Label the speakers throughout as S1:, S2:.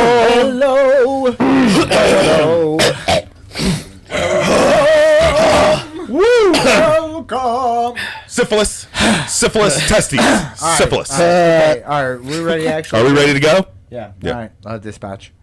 S1: Hello. Hello. Woo! Welcome.
S2: Syphilis, syphilis, testes, syphilis.
S1: Okay, all right, we're ready. Actually,
S2: Are we ready to go?
S1: Yeah.
S2: Yeah.
S1: All right. Uh, dispatch.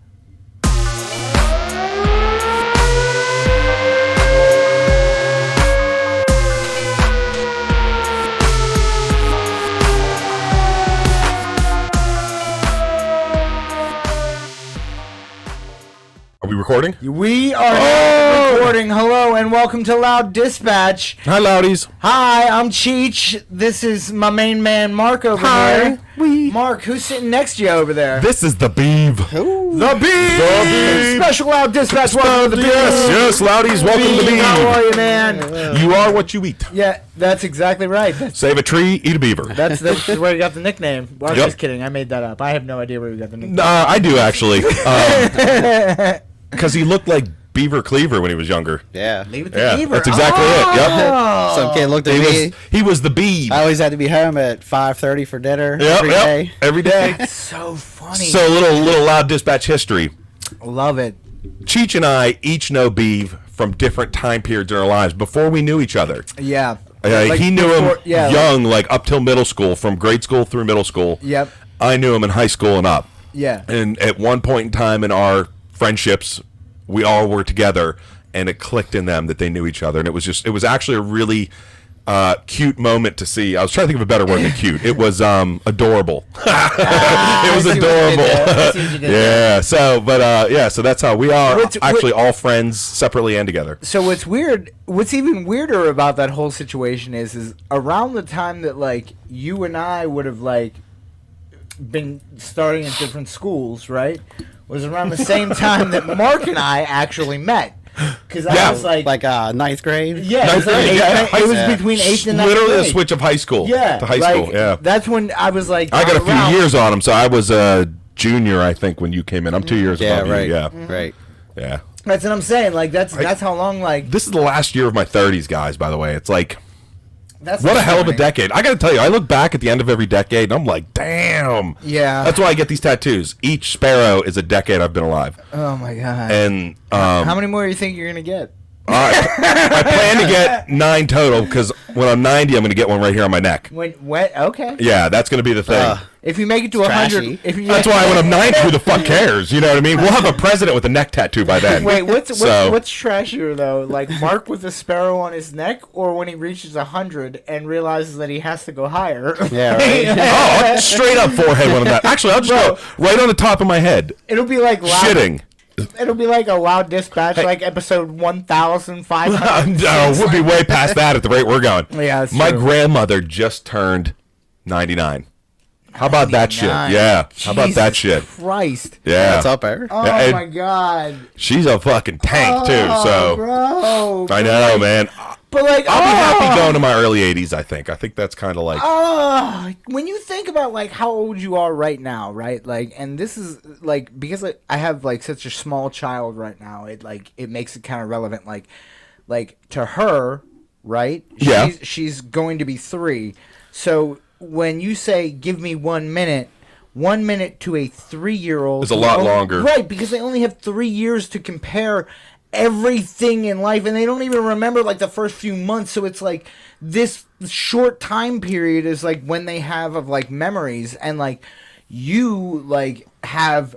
S2: Are we recording?
S1: We are
S2: Oh!
S1: recording. Hello and welcome to Loud Dispatch.
S2: Hi, Loudies.
S1: Hi, I'm Cheech. This is my main man Mark over
S2: Hi.
S1: here.
S2: We-
S1: Mark, who's sitting next to you over there?
S2: This is the Beeve. Who?
S1: the
S2: The Beeve.
S1: Special Loud Dispatch. Welcome to the Beeb.
S2: Yes, yes, Loudies, welcome to the
S1: Beeb, How are
S2: Beeve.
S1: you, man?
S2: You are what you eat.
S1: Yeah, that's exactly right. That's
S2: Save a tree, eat a beaver. Uh,
S1: that's, that's where you got the nickname. Well, I'm
S2: Yep.
S1: just kidding. I made that up. I have no idea where you got the nickname.
S2: Uh, I do actually, because he looked like Beaver Cleaver when he was younger.
S3: Yeah.
S1: Leave it
S2: Yeah,
S1: Beaver.
S2: that's exactly it. Yep.
S1: Oh.
S3: Some kid looked at
S2: He
S3: me.
S2: Uh, was he was the Beeve.
S3: I always had to be home at 5:30 for dinner
S2: Yep,
S3: every
S2: yep,
S3: day.
S2: every day.
S1: Oh, That's so funny.
S2: so little little loud dispatch history.
S1: Love it.
S2: Cheech and I each know Beeve from different time periods in our lives before we knew each other.
S1: Yeah.
S2: Uh,
S1: Like
S2: he knew him
S1: before- yeah,
S2: young, like, up till middle school, from grade school through middle school.
S1: Yep.
S2: I knew him in high school and up.
S1: Yeah.
S2: And at one point in time in our friendships, we all were together, and it clicked in them that they knew each other, and it was just, it was actually a really uh, cute moment to see. I was trying to think of a better word than cute. It was um, adorable. it was
S1: Ah, I see what you did
S2: adorable.
S1: there. I see what you did there.
S2: yeah. So, but uh, yeah, so that's how we are
S1: What's- what-
S2: actually all friends separately and together.
S1: so what's weird what's even weirder about that whole situation is is around the time that like you and I would have like been starting at different schools, right? Was around the same time that Mark and I actually met. Cuz I
S2: Yeah,
S1: was like,
S3: Like uh, ninth grade.
S1: yeah, it was,
S2: Ninth
S1: like
S2: grade,
S1: eighth
S2: yeah,
S1: grade- it was
S3: yeah.
S1: between 8th and 9th
S2: Literally
S1: grade.
S2: a switch of high school
S1: yeah,
S2: to high
S1: like,
S2: school. Yeah.
S1: That's when I was like
S2: I got a few
S1: around.
S2: years on him, so I was a junior, I think, when you came in. I'm two years
S3: Yeah,
S2: above you,
S3: right.
S2: Yeah,
S3: Right.
S2: yeah.
S1: That's what I'm saying. Like that's that's how long like
S2: This is the last year of my 30s, guys. By the way, it's like
S1: that's
S2: what a hell of a
S1: concerning.
S2: decade. I got to tell you, I look back at the end of every decade, and I'm like, damn.
S1: Yeah.
S2: That's why I get these tattoos. Each sparrow is a decade I've been alive,
S1: Oh my god.
S2: and um,
S1: how many more do you think you're going to get?
S2: I, I plan to get nine total because when I'm 90, I'm going to get one right here on my neck.
S1: When what? Okay.
S2: Yeah, that's going to be the thing.
S3: Uh,
S1: If you make it to a hundred,
S3: trashy.
S1: if you
S2: That's why when I'm 90, who the fuck cares? You know what I mean? We'll have a president with a neck tattoo by then.
S1: Wait, what's what's,
S2: So-
S1: what's trashier though? Like Mark with a sparrow on his neck, or when he reaches a hundred and realizes that he has to go higher?
S3: Yeah, right.
S2: oh, I'll straight up forehead one of that. Actually, I'll just go right on the top of my head.
S1: it'll be like loud,
S2: Shitting.
S1: It'll be like a loud dispatch, like episode one thousand five hundred.
S2: no, uh, we'll be way past that at the rate we're going.
S1: Yeah, that's
S2: my
S1: true.
S2: grandmother just turned 99. How about that shit? Yeah. How about that shit?
S1: Christ!
S2: Yeah.
S3: That's up there.
S1: Oh
S2: Yeah, and-
S1: my god,
S2: She's a fucking tank too. So
S1: Oh, bro.
S2: I know, man.
S1: But like,
S2: I'll be
S1: oh,
S2: happy going to my early 80s. I think. I think that's kind of like.
S1: Ah, when you think about like how old you are right now, right? Like, and this is like because like, I have like such a small child right now. It like it makes it kind of relevant. Like, like to her, right?
S2: Yeah.
S1: she's, she's going to be three. So when you say give me one minute. One minute to a three-year-old
S2: Is a lot
S1: Oh,
S2: longer.
S1: right? Because they only have three years to compare everything in life, and they don't even remember like the first few months. So it's like this short time period is like when they have of like memories, and like you like have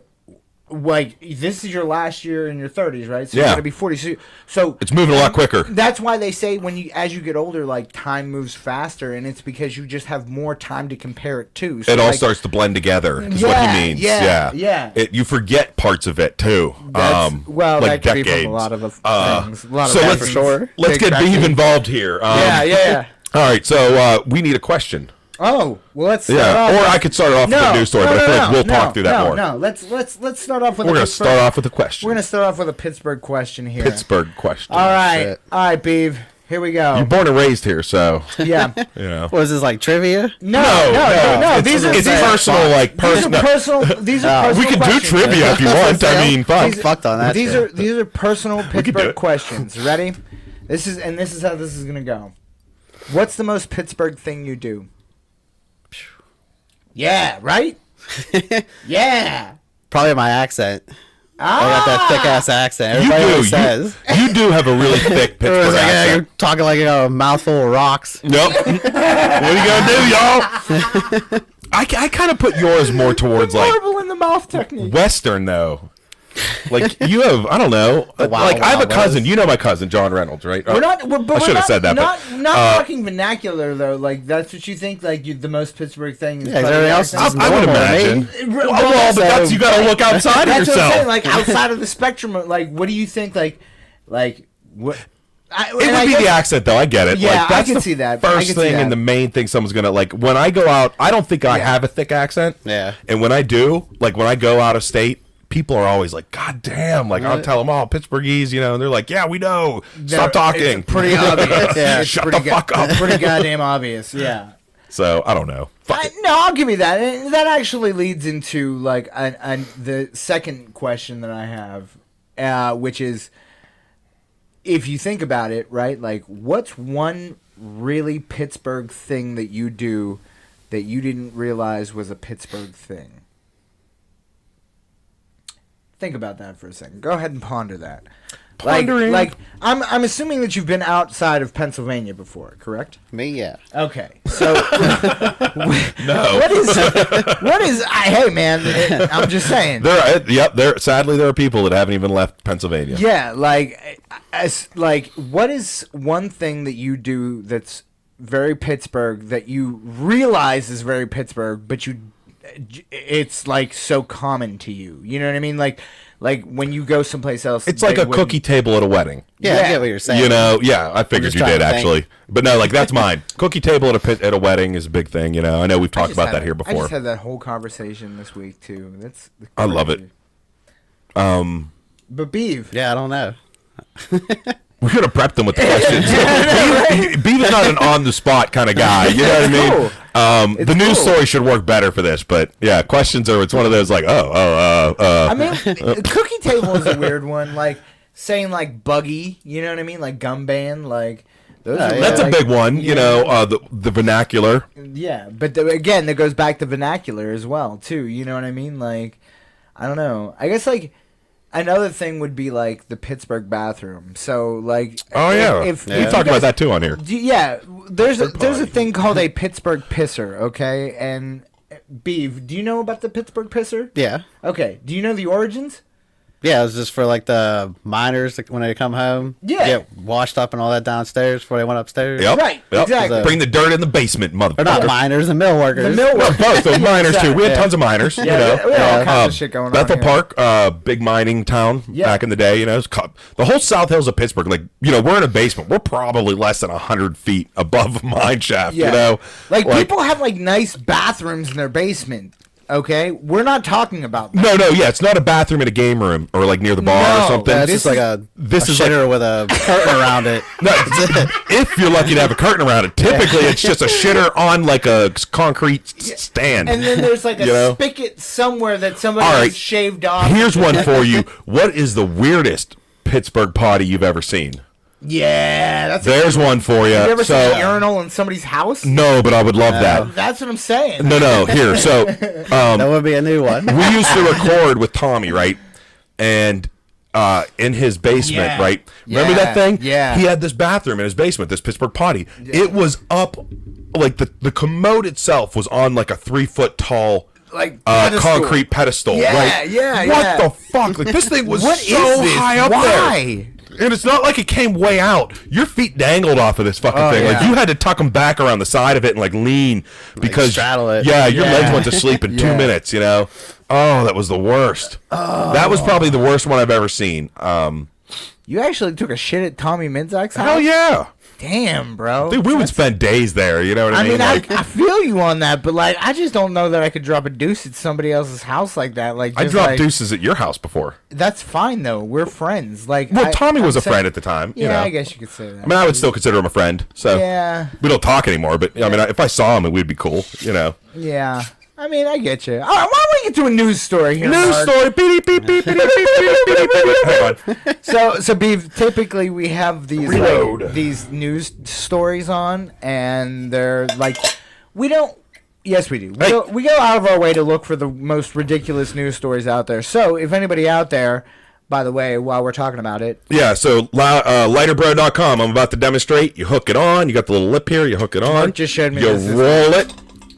S1: like this is your last year in your 30s, right? So
S2: Yeah.
S1: you're gonna be 40. So, so
S2: it's moving a lot quicker.
S1: that's why they say when you as you get older, like time moves faster, and it's because you just have more time to compare it to. So
S2: it all
S1: like,
S2: starts to blend together is what
S1: Yeah,
S2: he means
S1: yeah,
S2: yeah
S1: yeah.
S2: It- you forget parts of it too
S1: That's-
S2: um
S1: well,
S2: like
S1: that could be from
S2: decades
S1: a lot of things.
S2: Uh,
S1: a lot of
S2: so let's
S1: references.
S2: let's get
S1: Exactly.
S2: Beeve involved here um,
S1: Yeah, yeah, yeah.
S2: all right so uh we need a question
S1: Oh, well, let's start
S2: yeah
S1: off
S2: or
S1: with-
S2: i could start off
S1: no,
S2: with a news story
S1: no,
S2: but i
S1: no,
S2: feel like
S1: no,
S2: we'll
S1: no,
S2: talk through that
S1: no,
S2: more
S1: No, let's let's let's start off with.
S2: we're
S1: a
S2: gonna
S1: Pittsburgh-
S2: start off with a question
S1: We're gonna start off with a Pittsburgh question here.
S2: pittsburgh question
S1: All right,
S3: Shit.
S1: all right, Beav. Here we
S2: you're
S1: go.
S2: born and raised here so
S1: yeah.
S2: you know
S3: What is this like trivia?
S1: No, no, no, no.
S2: it's,
S1: these are
S2: it's
S1: these are,
S2: personal like
S1: these are
S2: personal
S1: personal. These are
S2: we
S1: personal.
S2: can do
S1: questions.
S2: trivia if you want i mean fuck
S3: These- fucked on that
S1: These
S3: shit.
S1: are these are personal
S2: do
S1: Pittsburgh
S2: it.
S1: questions. Ready? This is and this is how this is gonna go. What's the most Pittsburgh thing you do? Yeah, right. Yeah.
S3: Probably my accent. I got that thick ass accent.
S2: You
S3: Everybody
S2: do.
S3: always
S2: You,
S3: says.
S2: you do have a really thick
S3: Everyone's
S2: Pittsburgh
S3: like, "Yeah,
S2: accent.
S3: you're talking like you got a mouthful of rocks.
S2: Nope. what are you gonna do, y'all? I, I kind of put yours more towards like
S1: Marble in the mouth technique.
S2: Western though. Like you have, I don't know. uh,
S3: Wow,
S2: like I have
S3: wow,
S2: a
S3: that
S2: cousin. You know my cousin John Reynolds, right?
S1: We're not. We're, but
S2: Oh. I
S1: we're
S2: should have
S1: not-
S2: said that,
S1: Not,
S2: but
S1: not
S2: uh,
S1: talking vernacular though. Like that's what you think. Like you, the most Pittsburgh thing. Is
S3: Yeah, 'cause
S1: probably
S3: everything else
S1: accent.
S3: is
S2: I, I would
S3: normal, right?
S2: imagine.
S1: Well,
S2: Well, well, but that's
S3: so-
S2: you got to look outside
S1: That's
S2: of
S1: what I'm
S2: yourself.
S1: saying. Like outside of the spectrum. of, Like what do you think? Like, like what? I,
S2: it would be the accent, though. I get it.
S1: Yeah,
S2: like,
S1: I
S2: that's
S1: could
S2: the
S1: see that. I could
S2: First
S1: see
S2: thing
S1: that.
S2: and the main thing someone's gonna like when I go out. I don't think I have a thick accent.
S3: Yeah.
S2: And when I do, like when I go out of state, people are always like, "God damn!" Like I'll tell them all Pittsburghese, you know, and they're like, "Yeah, we know. Stop talking."
S1: It's pretty obvious.
S3: Yeah,
S1: It's
S2: shut
S1: pretty
S2: the fuck up.
S1: Pretty goddamn obvious. Yeah.
S2: so I don't know. Fuck
S1: I,
S2: it.
S1: no, I'll give you that. And that actually leads into like an, an, the second question that I have, uh, which is, if you think about it, right? Like, what's one really Pittsburgh thing that you do that you didn't realize was a Pittsburgh thing? Think about that for a second. Go ahead and ponder that. Like-
S2: Pondering.
S1: like I'm, I'm assuming that you've been outside of Pennsylvania before, correct?
S3: Me, yeah.
S1: Okay, so.
S2: No.
S1: What is? what is? I hey man, it- I'm just saying.
S2: There, are, yep. There, sadly, there are people that haven't even left Pennsylvania.
S1: Yeah, like, as like, what is one thing that you do that's very Pittsburgh that you realize is very Pittsburgh, but you, it's like so common to you. You know what I mean? Like, like when you go someplace else,
S2: It's like
S1: they
S2: a
S1: wouldn't-
S2: cookie table at a wedding.
S3: Yeah,
S1: Yeah.
S3: I get what you're saying.
S2: You know, yeah, I
S3: just
S2: figured you
S3: trying
S2: did
S3: to think.
S2: actually, but no, like that's mine. Cookie table at a pit, at a wedding is a big thing. You know, I know we've
S1: I
S2: talked
S1: just
S2: about
S1: had-
S2: that here
S1: I
S2: before.
S1: just had that whole conversation this week too. That's
S2: I love it. um,
S1: But beef.
S3: Yeah, I don't know.
S2: we could have prepped them with the questions. Beav Beav is not an on the spot kind of guy. You know what I mean?
S1: cool.
S2: Um, the news
S1: cool.
S2: story should work better for this, but yeah, questions are. It's one of those like, oh, oh, uh, uh.
S1: I mean, the cookie table is a weird one. Like saying like buggy, you know what I mean? Like gum band, like those
S3: Yeah,
S1: are
S3: yeah.
S2: that's
S1: like-
S2: a big one. You know, uh, the the vernacular.
S1: Yeah, but the, again, that goes back to vernacular as well, too. You know what I mean? Like, I don't know. I guess like another thing would be like the Pittsburgh bathroom. So like,
S2: Oh
S1: if-
S2: yeah,
S1: if,
S2: we
S1: if you
S2: talked about
S1: guys-
S2: that too on here.
S1: Do- yeah, there's a, there's a
S2: potty.
S1: thing called a Pittsburgh pisser. Okay, and uh, Beav, do you know about the Pittsburgh pisser?
S3: Yeah.
S1: Okay, do you know the origins?
S3: Yeah, it was just for like the miners like, when they come home.
S1: Yeah.
S3: Get washed up and all that downstairs before they went upstairs.
S2: Yep.
S1: Right,
S2: Yep.
S1: exactly.
S2: Bring the dirt in the basement,
S3: Or not
S2: motherfucker.
S3: miners, the mill workers.
S1: The mill
S2: Well, both. The miners too. We had
S3: Yeah.
S2: tons of miners. you know,
S1: we- we had all
S2: Uh,
S1: kinds of shit going on
S2: Bethel
S1: here.
S2: Park, uh, big mining town
S1: Yeah.
S2: back in the day. You know, it's co- the whole South Hills of Pittsburgh. Like, you know, we're in a basement. We're probably less than hundred feet above a mine shaft. You know,
S1: like, people have like nice bathrooms in their basement. Okay, we're not talking about that.
S2: No, no, yeah, it's not a bathroom in a game room or like near the bar
S1: No,
S2: or something.
S3: Yeah,
S1: that's This
S3: it's just like a
S2: this
S3: this
S2: is
S3: is
S2: like-
S3: shitter with a curtain around it.
S2: No, if you're lucky to have a curtain around it, typically it's just a shitter on like a concrete s- stand.
S1: And then there's like a
S2: You know?
S1: spigot somewhere that somebody
S2: All
S1: has
S2: right.
S1: shaved off.
S2: Here's one for you. What is the weirdest Pittsburgh potty you've ever seen?
S1: yeah, that's. A,
S2: There's one for you.
S1: you ever
S2: so,
S1: seen an urinal in somebody's house?
S2: No, but I would love that.
S1: That's what I'm saying.
S2: No, no. Here, so um,
S3: That would be a new one.
S2: we used to record with Tommy, right? And uh, in his basement,
S1: Yeah.
S2: right? Remember
S1: Yeah.
S2: that thing?
S1: Yeah.
S2: He had this bathroom in his basement, this Pittsburgh potty. It was up, like the the commode itself was on like a three foot tall.
S1: Like
S2: uh,
S1: pedestal.
S2: concrete pedestal.
S1: Yeah,
S2: right?
S1: yeah,
S2: What
S1: yeah.
S2: the fuck? Like this thing was
S1: What is
S2: so
S1: this?
S2: high up
S1: Why?
S2: there, and it's not like it came way out. Your feet dangled off of this fucking thing. Like
S1: Oh, yeah.
S2: you had to tuck them back around the side of it and like lean because
S3: straddle it.
S2: Yeah, your
S1: Yeah.
S2: legs went to sleep
S1: Yeah.
S2: in two minutes. You know. Oh, that was the worst. That was probably the worst one I've ever seen. Um,
S1: You actually took a shit at Tommy Minzak's house.
S2: hell yeah,
S1: Damn, bro.
S2: dude. We would spend days there. You know what I
S1: I
S2: mean?
S1: mean, I,
S2: like,
S1: I feel you on that, but like, I just don't know that I could drop a deuce at somebody else's house like that. Like,
S2: I
S1: just,
S2: dropped
S1: like,
S2: deuces at your house before.
S1: That's fine though. We're friends. Like,
S2: Well,
S1: I-
S2: Tommy
S1: I'm
S2: was a
S1: saying-
S2: friend at the time.
S1: Yeah,
S2: you know?
S1: I guess you could say that.
S2: I mean, I would still consider him a friend. So
S1: Yeah.
S2: we don't talk anymore. But I mean, I- if I saw him, it would be cool. You know,
S1: Yeah. I mean, I get you. All right, why don't we get to a news story here? Mark?
S2: Beep, beep, beep, beep, beep, beep, beep, beep, beep. Hang on.
S1: So, so Beav, typically we have these like,
S2: Reload.
S1: these news stories on, and they're like, we don't Yes, we do. We,
S2: Hey.
S1: go, we go out of our way to look for the most ridiculous news stories out there. So, if anybody out there, by the way, while we're talking about it,
S2: Yeah, so li- uh, lighterbrad.com. I'm about to demonstrate. You hook it on. You got the little lip here. You hook it on.
S1: Mark just showed me
S2: You
S1: this. This-
S2: roll it,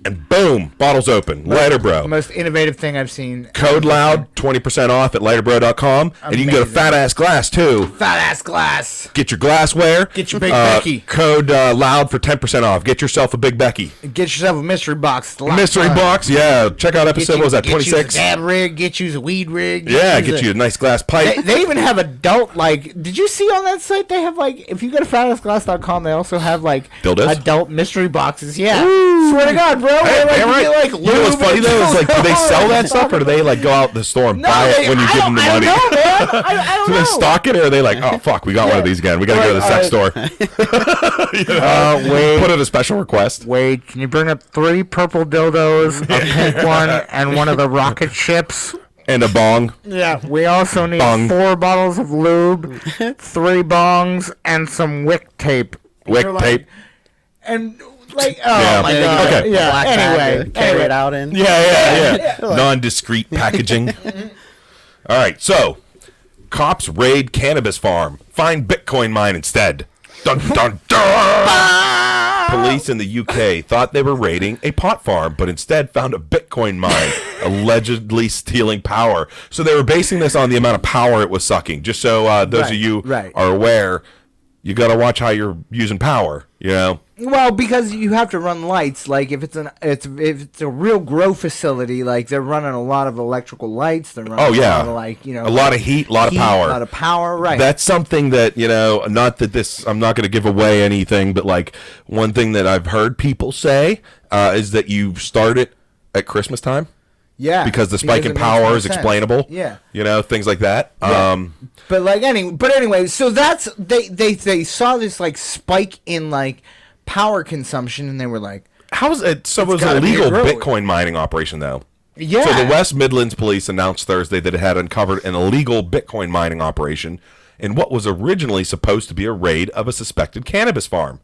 S2: and boom, bottle's open. Lighter
S1: the
S2: Bro.
S1: most innovative thing I've seen.
S2: Code loud, 20% off at lighterbrad.com. And you can get a
S1: Amazing.
S2: fat ass glass too.
S1: Fat ass glass.
S2: Get your glassware.
S1: Get your Big
S2: uh,
S1: Becky.
S2: Code uh, loud for 10% off. Get yourself a Big Becky.
S1: Get yourself a mystery box. It's a lot of
S2: Mystery
S1: fun.
S2: box. Yeah, check out
S1: Get
S2: episode,
S1: you-
S2: what was that,
S1: get you
S2: 26?
S1: a dab rig. Get you a weed rig.
S2: Yeah, get you a
S1: a-
S2: nice glass pipe.
S1: They, they even have adult like. Did you see on that site they have like if you go to fatassglass.com they also have like
S2: Dildos?
S1: adult mystery boxes. Yeah, swear to God, bro. Where,
S2: Hey,
S1: Oh, like,
S2: damn
S1: you
S2: right.
S1: get, like
S2: you know what's
S1: lube
S2: funny
S1: and
S2: though is like, do they
S1: dildos.
S2: sell that stuff or do they like go out to the store and
S1: No,
S2: buy
S1: they-
S2: it when you
S1: I
S2: give
S1: don't-
S2: them the
S1: I
S2: money?
S1: don't know, man. I, I don't
S2: Do
S1: know.
S2: they stock it or are they like, oh fuck, we got one of these again. We gotta go to the sex store. You know? Put in a special request.
S1: Wait, can you bring up three purple dildos, a pink one, and one of the rocket ships?
S2: And a bong.
S1: Yeah, we also need
S2: Bong.
S1: four bottles of lube, three bongs, and some wick tape.
S2: Wick
S1: You're like-
S2: tape.
S1: And like, oh
S2: Yeah.
S1: my
S2: Yeah,
S1: god,
S2: okay.
S1: yeah. anyway,
S3: carry
S1: anyway.
S3: it out in.
S2: Yeah, yeah, yeah. Non discreet packaging.
S1: Mm-hmm.
S2: All right, so cops raid cannabis farm, find Bitcoin mine instead. Dun, dun, dun. Police in the UK thought they were raiding a pot farm, but instead found a Bitcoin mine allegedly stealing power. So they were basing this on the amount of power it was sucking. Just so uh, those of
S1: Right,
S2: you
S1: right.
S2: are aware, you got to watch how you're using power. You know,
S1: Well, because you have to run lights. Like if it's an it's if it's a real grow facility, like they're running a lot of electrical lights. They're running
S2: Oh,
S1: a
S2: yeah.
S1: lot of, like you know
S2: a lot of heat, a lot of
S1: heat,
S2: power.
S1: a lot of power. Right.
S2: That's something that, you know, not that this, I'm not going to give away anything, but like one thing that I've heard people say uh, is that you start it at Christmas time
S1: yeah.
S2: because the spike
S1: it
S2: in
S1: makes
S2: power
S1: more
S2: is
S1: sense.
S2: explainable.
S1: Yeah.
S2: You know, things like that. Um,
S1: But like any but anyway, so that's they they they saw this like spike in like power consumption, and they were like,
S2: how is it? So it was an
S1: gotta be
S2: illegal
S1: a road.
S2: Bitcoin mining operation, though.
S1: yeah.
S2: So the West Midlands police announced Thursday that it had uncovered an illegal Bitcoin mining operation in what was originally supposed to be a raid of a suspected cannabis farm.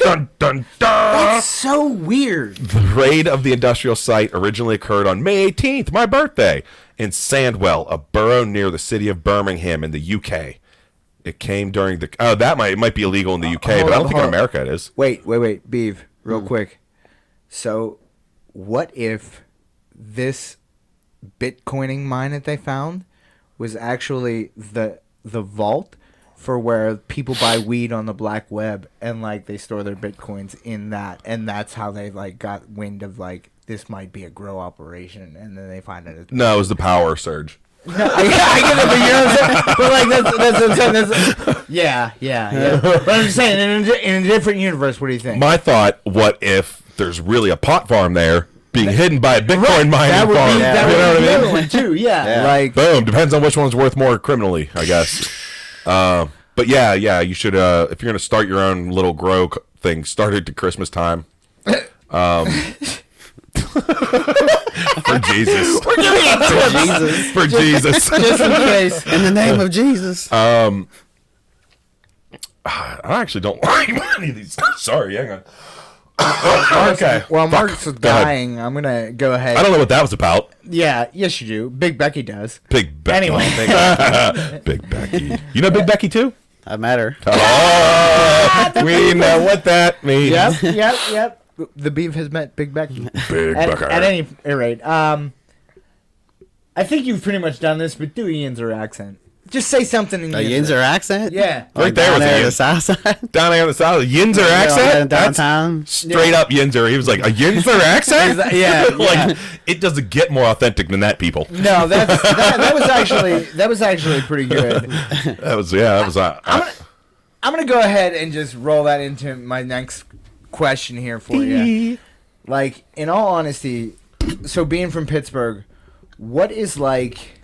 S2: dun, dun, dun.
S1: That's so weird.
S2: raid of the industrial site originally occurred on May 18th, my birthday, in Sandwell, a borough near the city of Birmingham in the UK. It came during the oh that might it might be illegal in the UK,
S1: Uh, hold
S2: but I
S1: on,
S2: don't think in
S1: hold on.
S2: America it is.
S1: Wait, wait, wait, Beav, real quick. So, what if this Bitcoining mine that they found was actually the the vault for where people buy weed on the black web and like they store their bitcoins in that, and that's how they like got wind of like this might be a grow operation, and then they find it. As-
S2: No, it was the power surge.
S1: I, I get it, but you know what I'm saying. But like that's that's what I'm saying. That's, yeah, yeah, yeah. But I'm just saying, in a, di- in a different universe, what do you think?
S2: My thought: What if there's really a pot farm there being hidden by a Bitcoin mining
S1: that would
S2: farm?
S1: be that
S2: you know
S1: would be
S2: what
S1: the
S2: I mean?
S1: other one too. Yeah,
S3: Yeah.
S1: like
S2: Boom. Depends on which one's worth more criminally, I guess. uh, but yeah, yeah, you should. Uh, if you're gonna start your own little grow c- thing, start it to Christmas time. Um, for Jesus.
S3: Jesus.
S2: for Jesus.
S1: just in case.
S3: In the name of Jesus.
S2: I actually don't like any of these. Sorry, hang on. okay.
S1: Well,
S2: Fuck.
S1: Mark's
S2: Go ahead.
S1: dying. I'm gonna go ahead.
S2: I don't know what that was about.
S1: yeah, yes, you do. Big Becky does.
S2: Big Becky.
S1: Anyway.
S2: Big Becky. Big Becky. You know Big Becky too?
S3: I met her.
S2: Oh, we know what that means.
S1: Yep, yep, yep. The beef has met Big Becky.
S2: Big
S1: At,
S2: Becky.
S1: at any rate, um, I think you've pretty much done this, but do a Yinzer accent. Just say something in
S3: A Yinzer accent?
S1: Yeah.
S2: Right there was
S3: down
S2: a
S3: there
S2: Yin-
S3: the south side.
S2: down there on the side, Yinzer
S3: Yeah,
S2: accent. That's
S3: downtown.
S2: straight up Yinzer. He was like a Yinzer accent.
S1: Exa- yeah,
S2: like it doesn't get more authentic than that. People.
S1: No, that's, that, that was actually that was actually pretty good.
S2: That was yeah. That was. Uh,
S1: I'm gonna, I'm gonna go ahead and just roll that into my next question here for you. Like, in all honesty, so being from Pittsburgh, what is like,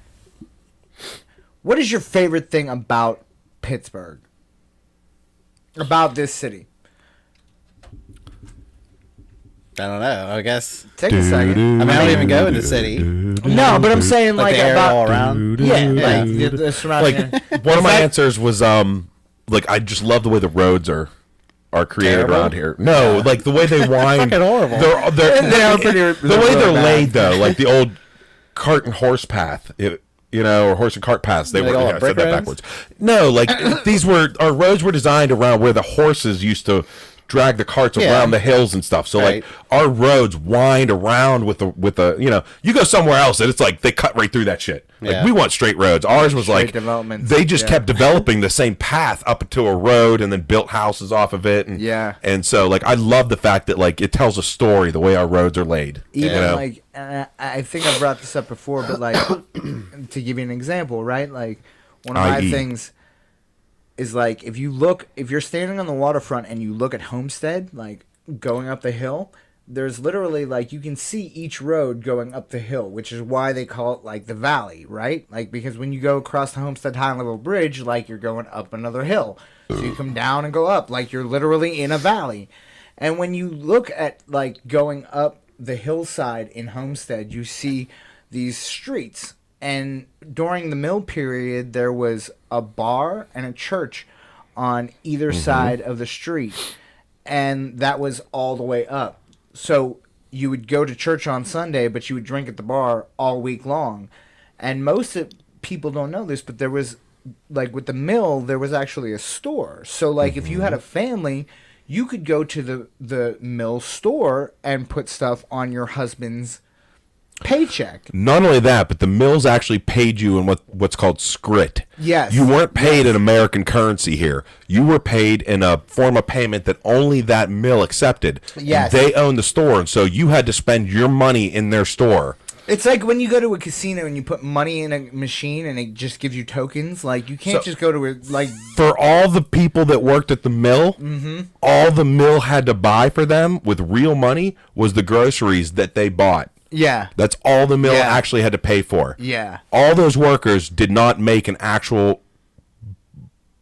S1: what is your favorite thing about Pittsburgh? About this city?
S3: I don't know. I guess.
S1: Take a second.
S3: I mean, I don't even go in the city.
S1: No, but I'm saying
S3: Like,
S1: like
S3: the area all
S1: about
S3: around.
S1: yeah,
S3: Yeah.
S1: like the, the surrounding.
S2: like one of my answers was um like I just love the way the roads are are created
S3: Terrible?
S2: around here. No, like the way they wind.
S3: Fucking horrible.
S2: They're, they're,
S1: They are pretty-
S2: the
S1: they're really
S2: way they're
S1: bad.
S2: laid though, like the old cart and horse path. It, you know, or horse and cart paths. They
S3: Like
S2: were.
S3: all
S2: yeah,
S3: the
S2: I said
S3: brick
S2: that backwards.
S3: roads?
S2: No, like these were our roads were designed around where the horses used to drag the carts
S3: Yeah.
S2: around the hills and stuff. So
S3: Right.
S2: like our roads wind around with the with the you know you go somewhere else and it's like they cut right through that shit.
S3: Yeah.
S2: Like we want straight roads. Ours was like
S1: developments,
S2: They just
S1: yeah.
S2: kept developing the same path up to a road and then built houses off of it. And
S1: Yeah.
S2: and so like I love the fact that like it tells a story the way our roads are laid.
S1: even
S2: you know?
S1: like uh, I think I brought this up before, but like to give you an example, right? Like one of my
S2: I.e..
S1: things is like if you look if you're standing on the waterfront and you look at Homestead, like going up the hill, there's literally like you can see each road going up the hill, which is why they call it like the valley, right? Like because when you go across the Homestead High Level Bridge, like you're going up another hill. So you come down and go up, like you're literally in a valley. And when you look at like going up the hillside in Homestead, you see these streets. And during the mill period, there was a bar and a church on either side of the street. And that was all the way up. So you would go to church on Sunday, but you would drink at the bar all week long. And most of, people don't know this, but there was like with the mill, there was actually a store. So like if you had a family, you could go to the the mill store and put stuff on your husband's paycheck.
S2: Not only that, but the mills actually paid you in what what's called scrit.
S1: Yes.
S2: You weren't paid in American currency here. You were paid in a form of payment that only that mill accepted. And
S1: Yes.
S2: They owned the store, and so you had to spend your money in their store.
S1: It's like when you go to a casino and you put money in a machine and it just gives you tokens. Like you can't
S2: So-
S1: just go to a like
S2: For all the people that worked at the mill,
S1: Mm-hmm.
S2: all the mill had to buy for them with real money was the groceries that they bought.
S1: yeah.
S2: That's all the mill
S1: Yeah.
S2: actually had to pay for.
S1: Yeah.
S2: All those workers did not make an actual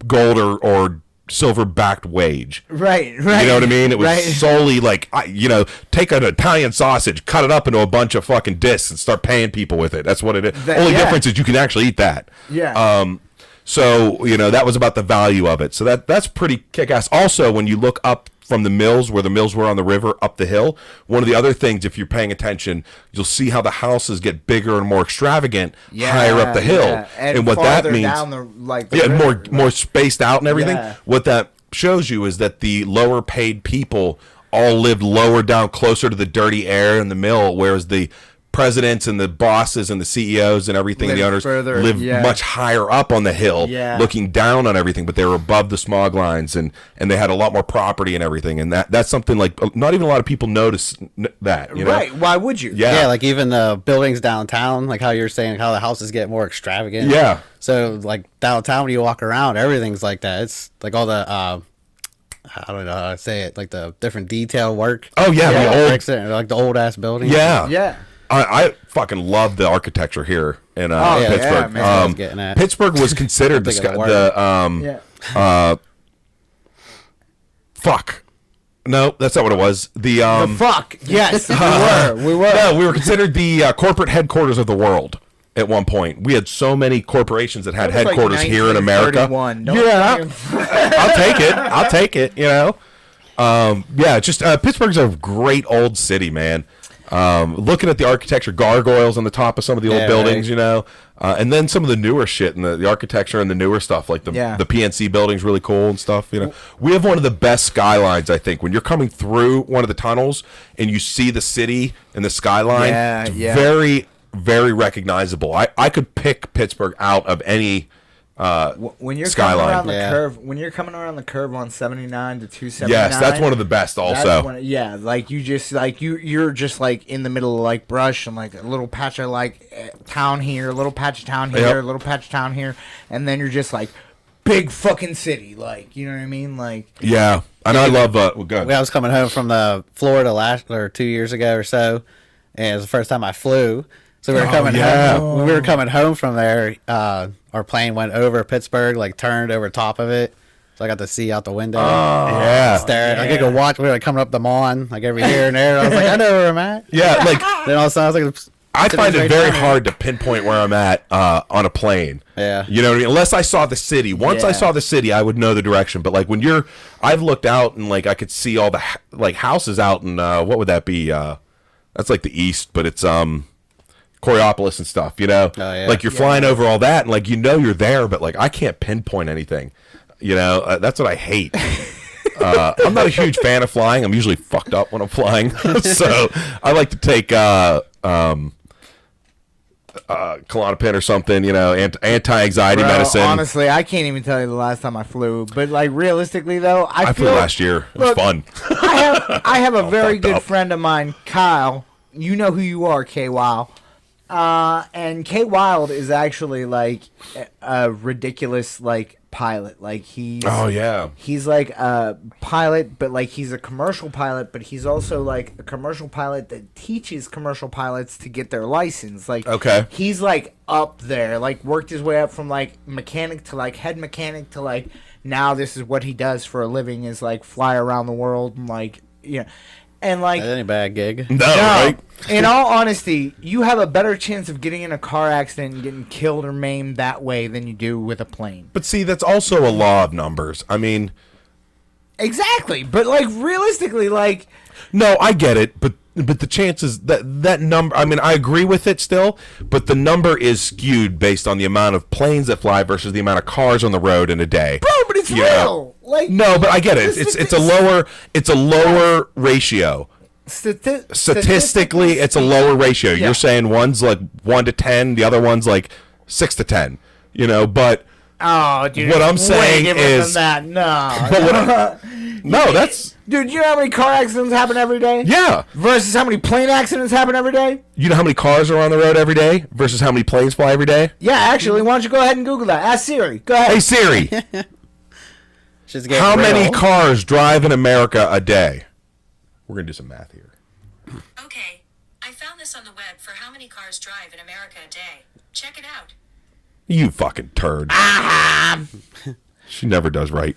S2: gold or, or silver backed wage.
S1: Right, right.
S2: You know what I mean? It was
S1: right.
S2: solely like, I, you know, take an Italian sausage, cut it up into a bunch of fucking discs, and start paying people with it. That's what it is.
S1: That-
S2: Only
S1: yeah.
S2: difference is you can actually eat that.
S1: Yeah.
S2: Um. So you know that was about the value of it. So that that's pretty kick ass. Also, when you look up from the mills where the mills were on the river up the hill, one of the other things, if you're paying attention, you'll see how the houses get bigger and more extravagant higher up the hill,
S1: yeah.
S2: and, what that
S1: farther
S2: means
S1: down the like the
S2: yeah, and more
S1: river.
S2: more spaced out and everything.
S1: Yeah.
S2: What that shows you is that the lower paid people all lived lower down, closer to the dirty air and the mill, whereas the presidents and the bosses and the CEOs and everything, the
S1: Lived
S2: owners,
S1: further,
S2: lived
S1: yeah.
S2: much higher up on the hill,
S1: Yeah.
S2: looking down on everything. But they were above the smog lines, and and they had a lot more property and everything. And that that's something like uh, not even a lot of people notice n- that. You know?
S1: Right. Why would you?
S2: Yeah.
S3: Yeah. like even the buildings downtown, like how you're saying, how the houses get more extravagant.
S2: Yeah.
S3: So like downtown, when you walk around, everything's like that. It's like all the uh, I don't know how to say it, like the different detail work.
S2: Oh yeah,
S3: yeah,
S2: the old.
S3: bricks and- like the old ass building.
S2: Yeah.
S1: Yeah.
S2: I, I fucking love the architecture here in uh,
S1: Oh, yeah,
S2: Pittsburgh.
S1: man. That's what
S3: I was
S2: Um,
S3: getting at.
S2: Pittsburgh was considered the,
S3: Thinking of
S2: sky,
S3: the
S2: the um
S1: Yeah.
S2: fuck. No, that's not what it was. The
S1: The
S2: um
S1: fuck. Yes, we were. We were.
S2: no, we were considered the uh, corporate headquarters of the world at one point. We had so many corporations that had
S1: That was like
S2: headquarters here in America.
S1: 1931. Don't-
S2: Yeah, I'll take it. I'll take it. You know, um, yeah. Just uh, Pittsburgh's a great old city, man. Um, looking at the architecture, gargoyles on the top of some of the old
S3: Yeah,
S2: buildings,
S3: right.
S2: you know, uh, and then some of the newer shit and the, the architecture and the newer stuff, like the
S1: Yeah.
S2: the PNC building's really cool and stuff. You know, we have one of the best skylines, I think. When you're coming through one of the tunnels and you see the city and the skyline,
S1: Yeah,
S2: it's
S1: yeah.
S2: very very recognizable. I I could pick Pittsburgh out of any. Uh,
S1: Wh- when you're
S2: Skyline.
S1: coming around the
S3: Yeah.
S1: curve when you're coming around the curve on 79 to 279
S2: yes, that's one of the best.
S1: that's
S2: Also,
S1: when- yeah like you just like you you're just like in the middle of like brush and like a little patch of like eh, town here a little patch of town here
S2: Yep.
S1: a little patch of town here and then you're just like big fucking city like you know what i mean like
S2: Yeah, and I love. Uh, well, go ahead.
S3: When I was coming home from the Florida last or two years ago or so, and it was the first time I flew. So we were coming
S2: Oh, yeah.
S3: home. when We were coming home from there. Uh, our plane went over Pittsburgh, like turned over top of it. So I got to see out the window.
S2: Oh, yeah.
S3: Stare. I could go watch. We were like coming up the lawn, like every here and there. I was like, I know where I'm at.
S2: yeah, like
S3: Then all of a sudden, I was like,
S2: I
S3: It's
S2: find it
S3: right
S2: very
S3: now.
S2: hard to pinpoint where I'm at uh, on a plane.
S3: Yeah.
S2: You know what I mean? Unless I saw the city. Once I
S1: Yeah.
S2: saw the city, I would know the direction. But like when you're, I've looked out and like I could see all the h- like houses out in uh, what would that be? Uh, that's like the east, but it's um Coriopolis and stuff. You know,
S3: Oh, yeah.
S2: like you're flying over all that and like you know you're there, but like I can't pinpoint anything. You know, uh, that's what I hate. Uh, I'm not a huge fan of flying. I'm usually fucked up when I'm flying, so I like to take uh, um, uh, Klonopin or something, you know, ant- anti-anxiety
S1: Bro,
S2: medicine.
S1: Honestly, I can't even tell you the last time I flew. But like realistically, though, I,
S2: I flew last year. It was
S1: Look,
S2: fun.
S1: I have I have a very
S2: fucked
S1: good
S2: up.
S1: friend of mine, Kyle. You know who you are, K Wild. Uh, and K Wild is actually like a- a ridiculous like pilot. Like he's
S2: oh yeah.
S1: he's like a pilot, but like he's a commercial pilot, but he's also like a commercial pilot that teaches commercial pilots to get their license. Like
S2: Okay.
S1: he's like up there, like worked his way up from like mechanic to like head mechanic to like now this is what he does for a living is like fly around the world and like yeah, and like
S3: That ain't a bad gig.
S2: No,
S1: no.
S2: right?
S1: In all honesty, you have a better chance of getting in a car accident and getting killed or maimed that way than you do with a plane.
S2: But see, that's also a law of numbers. I mean,
S1: Exactly, but like realistically, like
S2: no, I get it, but but the chances that that number, I mean, I agree with it still, but the number is skewed based on the amount of planes that fly versus the amount of cars on the road in a day.
S1: No, but it's
S2: Yeah.
S1: real. Like
S2: No, but I get it.
S1: This
S2: It's
S1: is-
S2: it's a lower it's a lower ratio.
S1: stati-
S2: Statistically, it's a lower ratio.
S1: Yeah.
S2: You're saying one's like one to ten, the other one's like six to ten. You know, but
S1: Oh, dude.
S2: What I'm
S1: way
S2: saying
S1: different
S2: is-
S1: than that. No,
S2: but what I- no, that's
S1: dude. You know how many car accidents happen every day?
S2: yeah.
S1: Versus how many plane accidents happen every day?
S2: You know how many cars are on the road every day versus how many planes fly every day.
S1: Yeah, actually, why don't you go ahead and Google that? Ask Siri. Go ahead.
S2: Hey Siri,
S3: She's getting
S2: how
S3: real.
S2: many cars drive in America a day? We're gonna do some math here.
S4: Okay, I found this on the web for how many cars drive in America a day. Check it out.
S2: You fucking turd. she never does right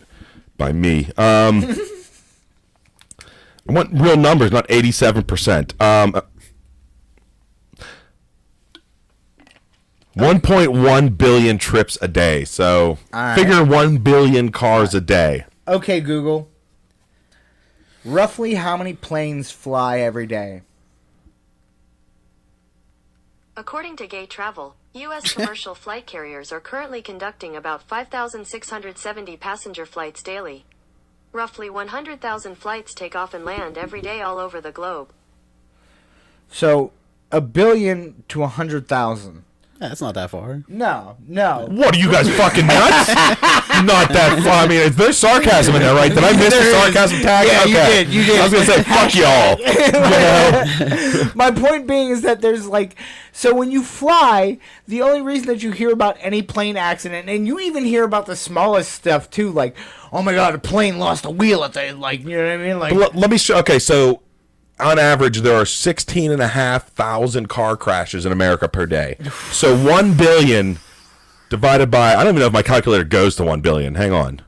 S2: by me. Um, I want real numbers, not 87%. Um, uh, 1.1 billion trips a day. So
S1: right.
S2: figure 1 billion cars a day.
S1: Okay, Google. Roughly how many planes fly every day?
S5: According to Gay Travel, U.S. commercial flight carriers are currently conducting about 5,670 passenger flights daily. Roughly 100,000 flights take off and land every day all over the globe.
S1: So, a billion to a hundred thousand.
S3: Yeah, that's not that far.
S1: No, no.
S2: What are you guys fucking nuts? Not that far. I mean, is there sarcasm in there, right? Did I miss the sarcasm tag?
S1: Yeah, you did, you did.
S2: I was gonna say, fuck y'all. You know?
S1: My point being is that there's like, so when you fly, the only reason that you hear about any plane accident, and you even hear about the smallest stuff too, like, oh my god, a plane lost a wheel at the, like, you know what I mean? Like,
S2: Let, let me show. Okay, so on average, there are 16 and a half thousand car crashes in America per day. So 1 billion divided by, I don't even know if my calculator goes to 1 billion. Hang on.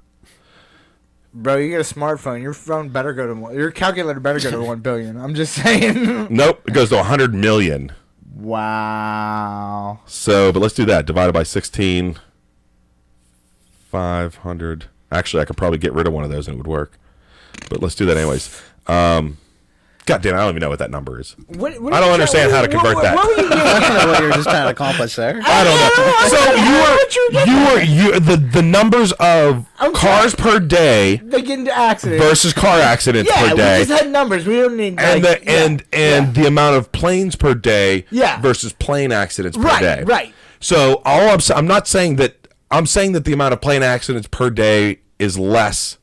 S1: bro, you get a smartphone, your phone better go to one, your calculator better go to one billion. I'm just saying.
S2: Nope, it goes to 100 million.
S1: wow.
S2: So, but let's do that. Divided by 16, 500. Actually, I could probably get rid of one of those and it would work. But let's do that anyways. Um, God damn, I don't even know what that number is.
S1: What, what
S2: I
S1: are
S2: don't
S1: you-
S2: understand how to
S1: what-
S2: convert
S1: what-
S2: that.
S1: What were you getting?
S3: I don't know what you're just trying to accomplish there.
S2: I don't
S1: I
S2: know.
S1: don't know. I
S2: So
S1: don't know what
S2: you were you were you the the numbers of
S1: I'm
S2: cars per day
S1: They get into accidents.
S2: versus car accidents
S1: yeah,
S2: per
S1: we
S2: day.
S1: just had numbers. We don't need.
S2: and
S1: like,
S2: the
S1: yeah.
S2: and and the amount of planes per day
S1: Yeah.
S2: versus plane accidents per
S1: Right,
S2: day.
S1: right.
S2: So all I'm sa- I'm not saying that I'm saying that the amount of plane accidents per day is less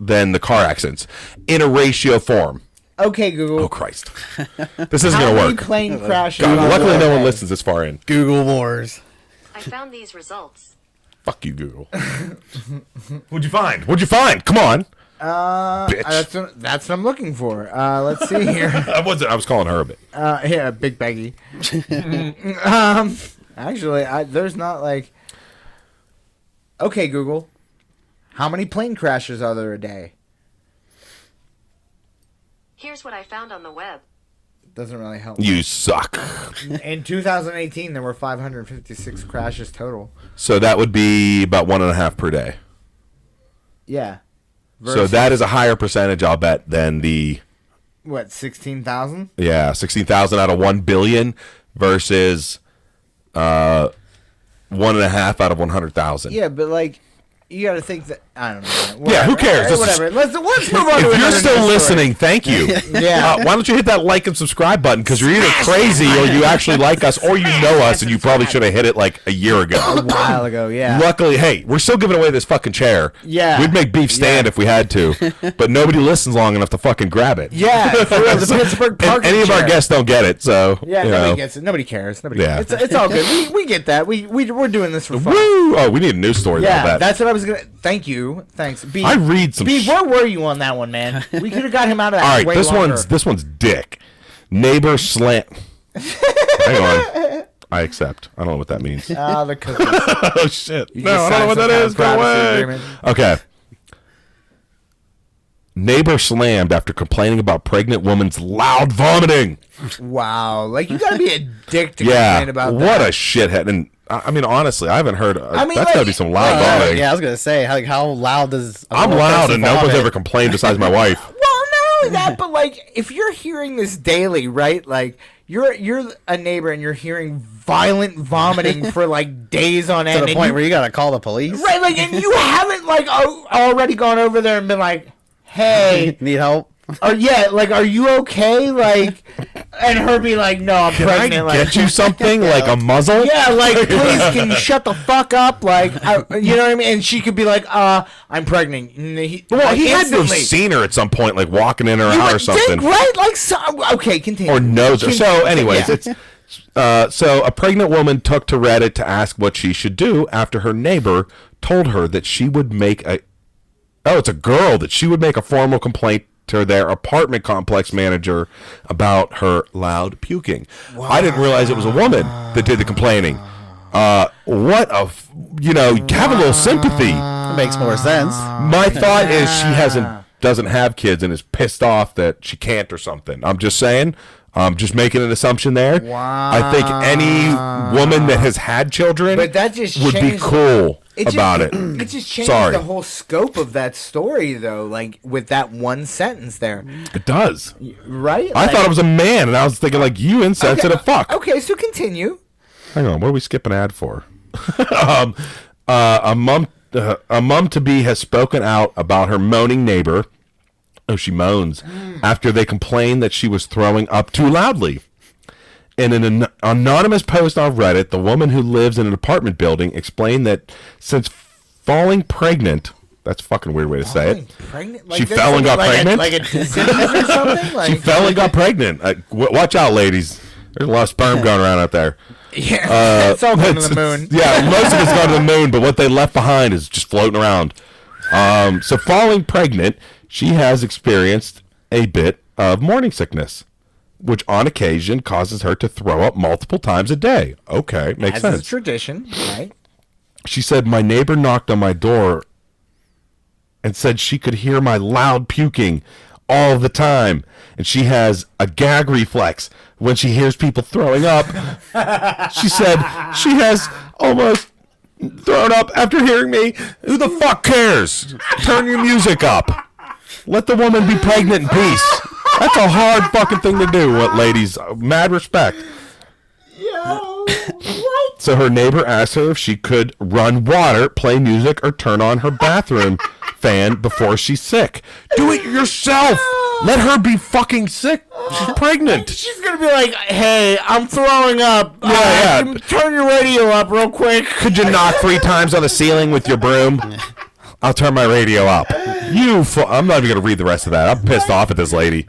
S2: than the car accidents in a ratio form.
S1: Okay, Google.
S2: Oh Christ, this isn't
S1: How
S2: gonna
S1: many
S2: work.
S1: plane crashes?
S2: God,
S1: are
S2: luckily,
S1: there?
S2: no one listens this far in.
S3: Google Wars.
S5: I found these results.
S2: Fuck you, Google. What'd you find? What'd you find? Come on. Uh, Bitch.
S1: Uh, that's, what, that's what I'm looking for. Uh, let's see here.
S2: I wasn't. I was calling her a bit.
S1: Uh, here, Big Baggy. um, actually, I, there's not like. Okay, Google. How many plane crashes are there a day?
S5: Here's what I found on the web.
S1: Doesn't really help.
S2: You suck.
S1: In 2018, there were 556 crashes total.
S2: So that would be about one and a half per day.
S1: Yeah.
S2: So
S1: Versus-
S2: that is a higher percentage, I'll bet, than the
S1: what 16,000?
S2: yeah sixteen thousand out of one billion versus uh one and a half out of one hundred thousand.
S1: Yeah, but like you got to think that I don't know.
S2: Yeah, who
S1: Whatever,
S2: cares?
S1: right?
S2: This is-
S1: Whatever. Let's let's move on. to
S2: If you're
S1: another
S2: still
S1: news story.
S2: listening, thank you.
S1: Yeah.
S2: Uh, why don't you hit that like and subscribe button? Because you're either crazy or you actually like us or you know us and you probably should have hit it like a year ago.
S1: a while ago, yeah.
S2: Luckily, hey, we're still giving away this fucking chair.
S1: Yeah.
S2: We'd make beef stand if we had to, but nobody listens long enough to fucking grab it.
S1: Yeah, for real, the
S2: So-
S1: Pittsburgh
S2: and
S1: parking
S2: Any of our
S1: chair.
S2: guests don't get it, so.
S1: Yeah,
S2: you
S1: nobody
S2: know.
S1: gets it. Nobody cares. Nobody.
S2: Yeah.
S1: Cares. It's it's all good. We we get that. We we we're doing this for fun.
S2: Woo! Oh, we need a news story
S1: Yeah,
S2: about that.
S1: that's what I was gonna. Thank you. Thanks. B,
S2: I read some
S1: B,
S2: sh-
S1: where were you on that one, man? We could have got him out of that.
S2: All right,
S1: way
S2: this
S1: longer.
S2: one's this one's dick. Neighbor slam. Hang on. I accept. I don't know what that means.
S1: Ah, the cookies.
S2: oh shit!
S1: just
S2: No, I don't know
S1: signed
S2: what
S1: some
S2: that
S1: kind of
S2: is. Go
S1: privacy
S2: away.
S1: agreement.
S2: Okay. Neighbor slammed after complaining about pregnant woman's loud vomiting.
S1: wow, like you gotta be a dick to
S2: Yeah,
S1: complain about
S2: what
S1: that.
S2: a shithead. And I I mean, honestly, I haven't heard. I
S1: mean,
S2: mean, that's
S1: like-
S2: gotta be some loud
S1: Uh,
S2: vomiting.
S3: yeah, I was gonna say, how, like, how loud does a
S2: I'm
S3: little
S2: loud,
S3: person
S2: and no one's
S3: vomit?
S2: ever complained besides my wife.
S1: Well, not only that, but like if you're hearing this daily, right? Like you're you're a neighbor and you're hearing violent vomiting for like days on end.
S3: to the
S1: and
S3: point
S1: you-
S3: where you gotta call the police.
S1: right, like and you haven't like al- already gone over there and been like, "Hey,
S3: Need help?
S1: or yeah, like are you okay?" Like, and her be like, "No, I'm
S2: Can I
S1: pregnant." like,
S2: get you something like a muzzle?
S1: yeah, like please can you shut the fuck up? Like, I, you know what I mean? And she could be like, "Uh, I'm pregnant." And he,
S2: Well,
S1: like,
S2: he had to have
S1: instantly.
S2: seen her at some point, like walking in or
S1: You
S2: out or
S1: would
S2: something.
S1: Think, right? Like, so, okay, continue.
S2: or knows her.
S1: Can-
S2: So, anyways,
S1: yeah.
S2: it's uh, so a pregnant woman took to Reddit to ask what she should do after her neighbor told her that she would make a oh, it's a girl that she would make a formal complaint to their apartment complex manager about her loud puking. I didn't realize it was a woman that did the complaining. Uh, what a f- you know, have a little sympathy.
S3: It makes more
S1: Uh,
S3: sense.
S1: Ah.
S2: My thought is she hasn't doesn't have kids and is pissed off that she can't or something. I'm just saying. I'm just making an assumption there.
S1: Wow.
S2: I think any woman that has had children
S1: But that just
S2: would be
S1: changed-
S2: cool
S1: just-
S2: about it.
S1: It just changes
S2: Sorry.
S1: the whole scope of that story, though. Like with that one sentence there,
S2: It does.
S1: right?
S2: I thought it was a man, and I was thinking like you insensitive fuck.
S1: Okay, so continue.
S2: Hang on, what are we skipping ad for? um, uh, a mum, uh, a mum to be has spoken out about her moaning neighbor. Oh, she moans
S1: Mm.
S2: after they complained that she was throwing up too loudly. In an an- anonymous post on Reddit, the woman who lives in an apartment building explained that since falling pregnant, that's a fucking weird way to say it.
S1: Pregnant?
S2: She
S1: that's
S2: fell and got
S1: like a-
S2: pregnant?
S1: like a disease or something. Like,
S2: She fell and got pregnant. Uh, w- watch out, ladies. There's a lot of sperm going around out there.
S1: yeah,
S2: Uh,
S1: it's all going to the
S2: it's-
S1: moon.
S2: Yeah, most of it's gone to the moon, but what they left behind is just floating around. Um, so, falling pregnant, she has experienced a bit of morning sickness, which on occasion causes her to throw up multiple times a day. Okay, makes
S1: As
S2: sense.
S1: is tradition, right?
S2: She said, My neighbor knocked on my door and said she could hear my loud puking all the time. And she has a gag reflex when she hears people throwing up. she said, She has almost thrown up after hearing me. Who the fuck cares? Turn your music up. Let the woman be pregnant in peace. That's a hard fucking thing to do, what ladies. Mad respect. So her neighbor asked her if she could run water, play music, or turn on her bathroom fan before she's sick. Do it yourself. Let her be fucking sick. She's pregnant.
S1: She's gonna be like, "Hey, I'm throwing up. Uh,
S2: Yeah, yeah.
S1: Turn your radio up real quick."
S2: Could you knock three times on the ceiling with your broom? I'll turn my radio up. You, fu- I'm not even gonna read the rest of that. I'm pissed off at this lady.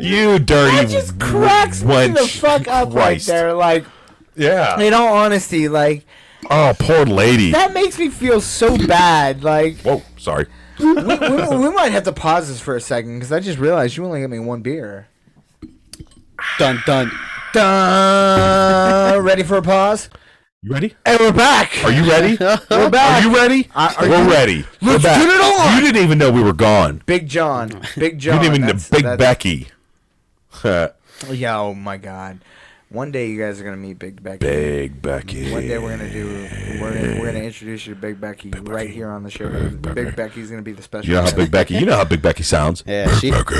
S2: You dirty
S1: That just cracks me
S2: wench.
S1: the fuck up right
S2: Christ.
S1: there. Like,
S2: Yeah.
S1: in all honesty, like
S2: Oh, poor lady.
S1: that makes me feel so bad. Like,
S2: Whoa, sorry.
S1: we, we, we might have to pause this for a second because I just realized you only got me one beer.
S3: Dun dun.
S1: Dun. Ready for a pause?
S2: You ready?
S1: And we're back.
S2: Are you ready?
S1: We're
S2: Are
S1: back.
S2: you ready?
S1: are
S2: We're ready. We're
S1: Let's
S2: back.
S1: get it on.
S2: You didn't even know we were gone.
S1: Big John. Big John.
S2: You didn't even
S1: that's-
S2: Big
S1: that's-
S2: Becky.
S1: Yeah, oh my god. One day you guys are gonna meet Big Becky.
S2: Big Becky.
S1: One day we're gonna do. We're gonna, we're gonna introduce you to Big Becky right here on the show. Big,
S2: Becky.
S1: Becky's gonna be the special.
S2: You know how
S1: guest.
S2: Big Becky. You know how Big Becky sounds.
S3: Yeah, she
S2: Becky.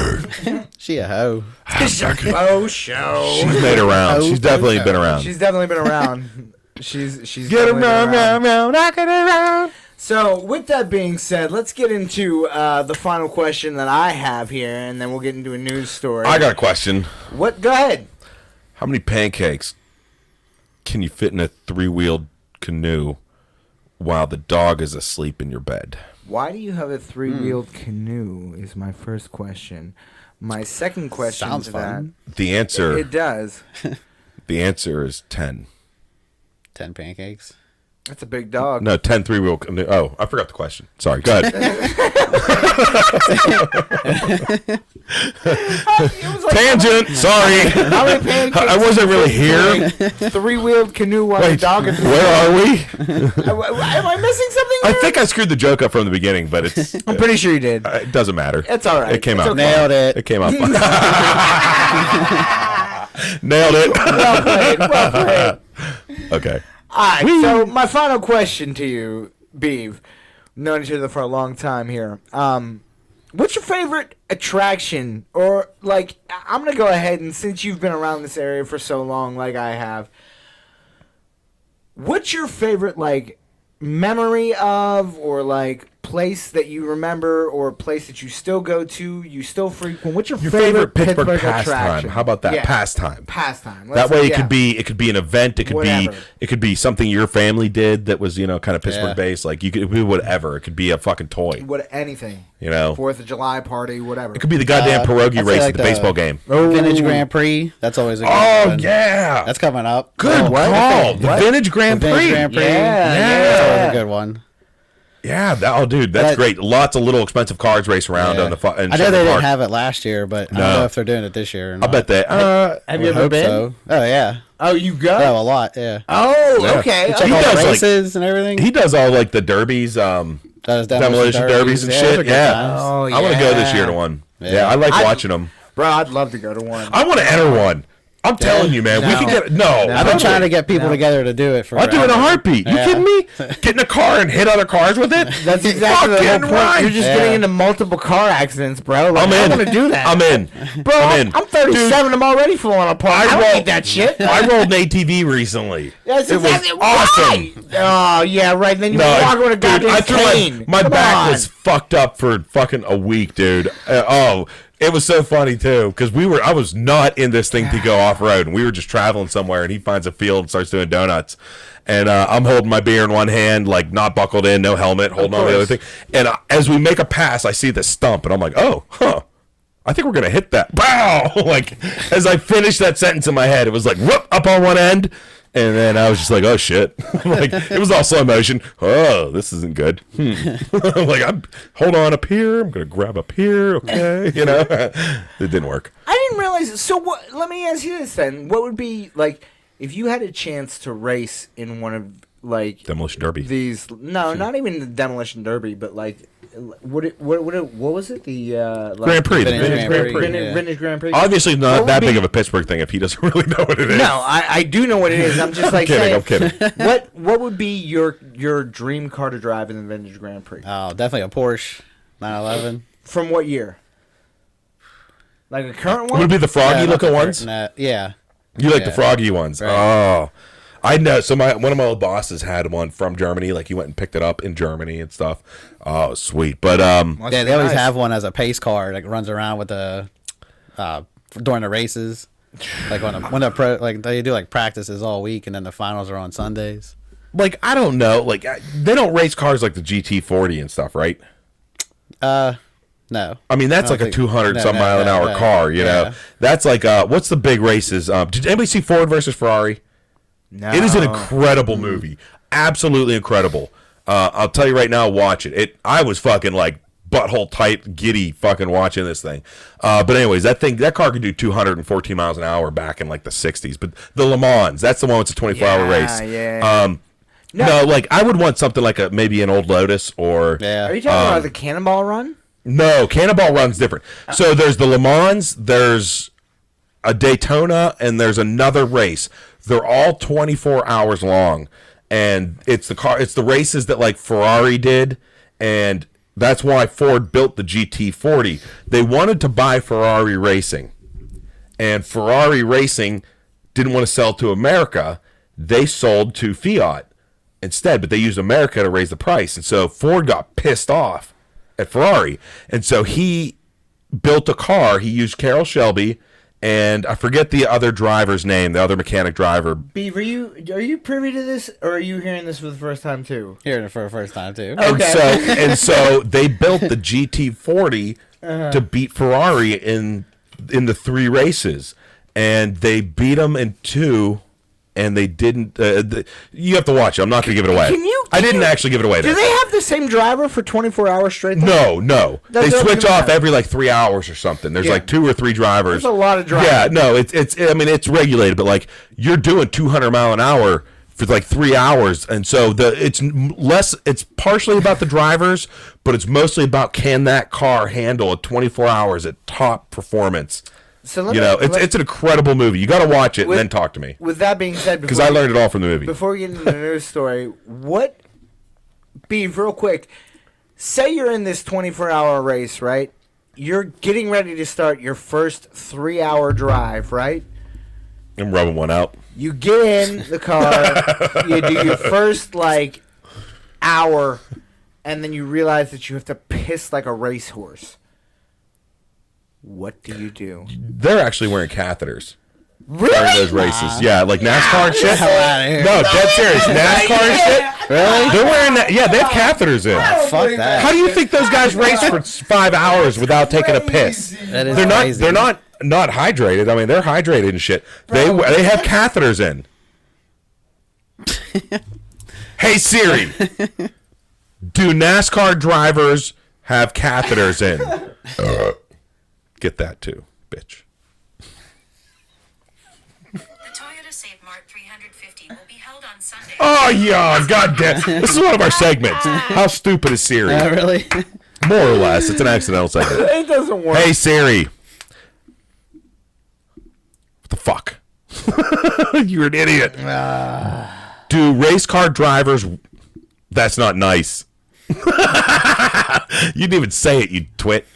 S3: she a hoe.
S1: Oh, show.
S2: She's made around. She's definitely been around.
S1: She's definitely been around. She's she's
S2: Get
S1: definitely been
S2: around, around, around, knock it around.
S1: So, with that being said, let's get into uh, the final question that I have here, and then we'll get into a news story.
S2: I got a question.
S1: what? Go ahead.
S2: How many pancakes can you fit in a three-wheeled canoe while the dog is asleep in your bed?
S1: Why do you have a three-wheeled
S2: Hmm.
S1: canoe? Is my first question. My second question
S3: Sounds
S1: to
S3: fun.
S2: The
S1: that
S2: answer.
S1: it does.
S2: the answer is ten.
S3: Ten pancakes.
S1: That's a big dog.
S2: No, 10 three wheel. canoe- Oh, I forgot the question. Sorry. Go ahead.
S1: It was like
S2: Tangent. Sorry.
S1: how many pancakes?
S2: I wasn't really here.
S1: Three-wheeled canoe while the
S2: Wait,
S1: dog is.
S2: where are we?
S1: Am I missing something?
S2: I
S1: there?
S2: think I screwed the joke up from the beginning, but it's uh,
S1: I'm pretty sure you did.
S2: it doesn't matter.
S1: It's all right.
S2: It came
S1: It's
S2: out.
S1: okay.
S3: Nailed it.
S2: It came out. fine. Nailed it.
S1: Well played. Well played.
S2: okay.
S1: All right. So my final question to you, Beeve, known each other for a long time here. Um, what's your favorite attraction, or like I- I'm gonna go ahead and since you've been around this area for so long, like I have, what's your favorite like memory of or like place that you remember or place that you still go to, you still frequent? What's your,
S2: Your favorite, Pittsburgh,
S1: attraction?
S2: pastime. How about that
S1: Yeah.
S2: pastime?
S1: Pastime.
S2: that
S1: Let's-
S2: way, it
S1: yeah.
S2: could be it could be an event. It could
S1: Whatever.
S2: be it could be something your family did that was you know kind of Pittsburgh
S3: Yeah.
S2: based. Like you could it could be whatever. It could be a fucking toy.
S1: what anything.
S2: You know,
S1: Fourth of July party, whatever.
S2: Oh. it could be the goddamn
S3: Uh, I'd say
S2: pierogi race
S3: like
S2: at the,
S3: the-
S2: baseball game.
S1: Oh,
S3: Vintage Grand Prix. That's always a good
S2: Oh
S3: one.
S2: yeah,
S3: That's coming up.
S2: good
S3: Oh,
S2: call. The
S1: What?
S2: vintage Grand
S3: Vintage
S2: Prix.
S3: Grand Prix.
S1: Yeah,
S3: That's
S1: yeah.
S3: always a good one.
S2: Yeah, that, oh, dude, that's
S3: That-
S2: great. Lots of little expensive cars race around
S3: Yeah.
S2: on the. Fu- in
S3: I know they
S2: Central Park.
S3: didn't have it last year, but I
S2: No.
S3: don't know if they're doing it this year. Or
S2: I
S3: not.
S2: bet they. Uh,
S1: Have
S3: I hope so. Oh yeah.
S1: Oh, you go.
S3: Oh, a lot. Yeah.
S1: Oh, okay.
S2: Yeah. Check
S1: okay.
S3: Check all
S2: does,
S3: the
S2: like-
S3: races and everything.
S2: he does all like the derbies, um,
S3: That was
S2: demolition derbies, and shit. Yeah,
S1: times. Oh,
S2: I want to go this
S1: yeah.
S2: year to one. Yeah,
S3: Yeah.
S2: I like
S1: I-
S2: watching them.
S1: Bro, I'd love to go to one.
S2: I want to enter one. I'm telling you, man. We
S1: No.
S2: can get no.
S3: I've been trying to get people
S1: No.
S3: together to do it for.
S2: I'll do it in a
S3: forever.
S2: heartbeat. You
S3: Yeah.
S2: kidding me? Get in a car and hit other cars with it?
S1: That's exactly the whole
S2: Fucking
S1: point.
S2: right.
S1: You're just
S3: Yeah.
S1: getting into multiple car accidents, bro. Like,
S2: I'm
S1: I
S2: in.
S1: want to do that.
S2: I'm in,
S1: Bro,
S2: I'm in.
S1: I'm 37. I'm already falling apart. I,
S2: I
S1: don't
S2: roll-
S1: need that shit.
S2: I rolled an ATV recently.
S1: That's
S2: it
S1: exactly
S2: was awesome.
S1: right. Oh, yeah, right. Then you
S2: No,
S1: walk with a
S2: dude,
S1: goddamn
S2: I threw
S1: cane.
S2: my, my
S1: Come
S2: back
S1: on.
S2: was fucked up for fucking a week, dude. Uh, oh, it was so funny too because we were I was not in this thing to go off road, and we were just traveling somewhere, and he finds a field and starts doing donuts. And uh, I'm holding my beer in one hand, like not buckled in, no helmet, holding on to the other
S1: course.
S2: thing. And uh, as we make a pass, I see this stump, and I'm like, oh, huh. I think we're gonna hit that. Wow! Like as I finished that sentence in my head, it was like whoop up on one end, and then I was just like, "Oh shit!" like it was all slow motion. Oh, this isn't good. Hmm. like I'm hold on up here. I'm gonna grab up here. Okay, you know, it didn't work.
S1: I didn't realize. So what? Let me ask you this then: What would be like if you had a chance to race in one of like
S2: Demolition Derby.
S1: these? No, not even the demolition derby, but like, what? It, what? What? It, what was it? The uh, like,
S2: Grand Prix, the
S3: Vintage
S2: Vintage Grand
S3: Grand Prix.
S2: Prix.
S1: Vintage,
S3: yeah.
S1: vintage Grand Prix.
S2: Obviously,
S1: What
S2: not
S1: would
S2: that
S1: be-
S2: big of a Pittsburgh thing if he doesn't really know what it is.
S1: No, I, I do know what it is. I'm just like
S2: kidding,
S1: saying,
S2: I'm kidding.
S1: What What would be your your dream car to drive in the vintage Grand Prix?
S3: Oh, definitely a Porsche 911.
S1: From what year? Like a current one?
S2: would it be the froggy
S3: Yeah,
S2: looking
S3: not the
S2: ones?
S3: fir- nah, yeah.
S2: You like the
S3: Yeah.
S2: froggy ones?
S3: Right.
S2: Oh, I know. So my one of my old bosses had one from Germany. Like he went and picked it up in Germany and stuff. Oh, sweet. But um,
S1: Must
S3: Yeah,
S1: be
S3: they always
S1: nice.
S3: have one as a pace car that runs around with the uh, during the races. Like on a, when the pro, like they do like practices all week, and then the finals are on Sundays.
S2: like I don't know. Like I- they don't race cars like the GT40 and stuff, right?
S3: Uh, no,
S2: I mean, that's like a
S3: think-
S2: 200
S3: no,
S2: some
S3: no,
S2: mile an
S3: no,
S2: hour
S3: no.
S2: car. You
S3: Yeah.
S2: know, that's like uh, what's the big races? Um, did anybody see Ford versus Ferrari?
S1: No.
S2: It is an incredible movie. Absolutely incredible. Uh, I'll tell you right now, watch it. It I was fucking like butthole tight, giddy, fucking watching this thing. Uh, but anyways, that thing, that car could do 214 miles an hour back in like the 60s. But the Le Mans, that's the one with the 24 hour
S1: Yeah,
S2: race.
S1: Ah, yeah.
S2: Um, no. like I would want something like a maybe an old Lotus or
S3: yeah.
S1: Are you
S2: Uh,
S1: talking
S2: um,
S1: about the Cannonball Run?
S2: no, Cannonball Run's different. So there's the Le Mans, there's a Daytona and there's another race. They're all 24 hours long, and it's the car. It's the races that like Ferrari did, and that's why Ford built the GT40. They wanted to buy Ferrari Racing, and Ferrari Racing didn't want to sell to America. They sold to Fiat instead, but they used America to raise the price. And so Ford got pissed off at Ferrari. And so he built a car. He used Carroll Shelby and I forget the other driver's name, the other mechanic driver.
S1: B, were you are you privy to this, or are you hearing this for the first time too?
S3: Hearing it for the first time too.
S2: And so and so they built the GT40
S1: Uh-huh.
S2: to beat Ferrari in in the three races, and they beat them in two. And they didn't. Uh, the, you have to watch it. I'm not going to give it away.
S1: Can you-
S2: I
S1: can
S2: didn't
S1: you-
S2: actually give it away.
S1: Do
S2: there.
S1: they have the same driver for 24 hours straight?
S2: No, no.
S1: That's
S2: they
S1: what I'm
S2: switch
S1: gonna
S2: off
S1: have.
S2: every like three hours or something. There's
S1: Yeah.
S2: like two or three drivers.
S1: There's a lot of drivers.
S2: Yeah, no, it's it's. I mean, it's regulated, but like you're doing 200 mile an hour for like three hours, and so the it's m- less. It's partially about the drivers, but it's mostly about can that car handle a 24 hours at top performance.
S1: So let
S2: you
S1: me-
S2: know, it's
S1: let-
S2: it's an incredible movie. You got to watch it
S1: With-
S2: and then talk to me
S1: With that being said,
S2: because
S1: before
S2: I
S1: we-
S2: learned it all from the movie.
S1: Before we get into the news story, what, B, real quick, say you're in this 24 hour race, right? You're getting ready to start your first three hour drive, right?
S2: I'm rubbing one out.
S1: You get in the car, you do your first, like, hour, and then you realize that you have to piss like a racehorse. What do you do?
S2: They're actually wearing catheters. during
S1: Really?
S2: those races. Yeah, like NASCAR and shit.
S3: hell outta here.
S2: No, dead serious. NASCAR and shit. Really? They're wearing that. Yeah, they have catheters in.
S3: Fuck that.
S2: How do you think those guys race for five hours without taking a piss?
S3: That is
S2: They're not.
S3: crazy.
S2: They're not not hydrated. I mean, they're hydrated and shit. They they have catheters in. hey Siri, do NASCAR drivers have catheters in? Uh, Get that too, bitch.
S4: The Toyota Save Mart 350 will be held on Sunday.
S2: Oh yeah, goddamn! This is one of our segments. How stupid is Siri?
S3: Uh, really?
S2: More or less, it's an accidental segment.
S1: It doesn't work.
S2: Hey Siri, what the fuck? You're an idiot. Do race car drivers? That's not nice. you didn't even say it, you twit.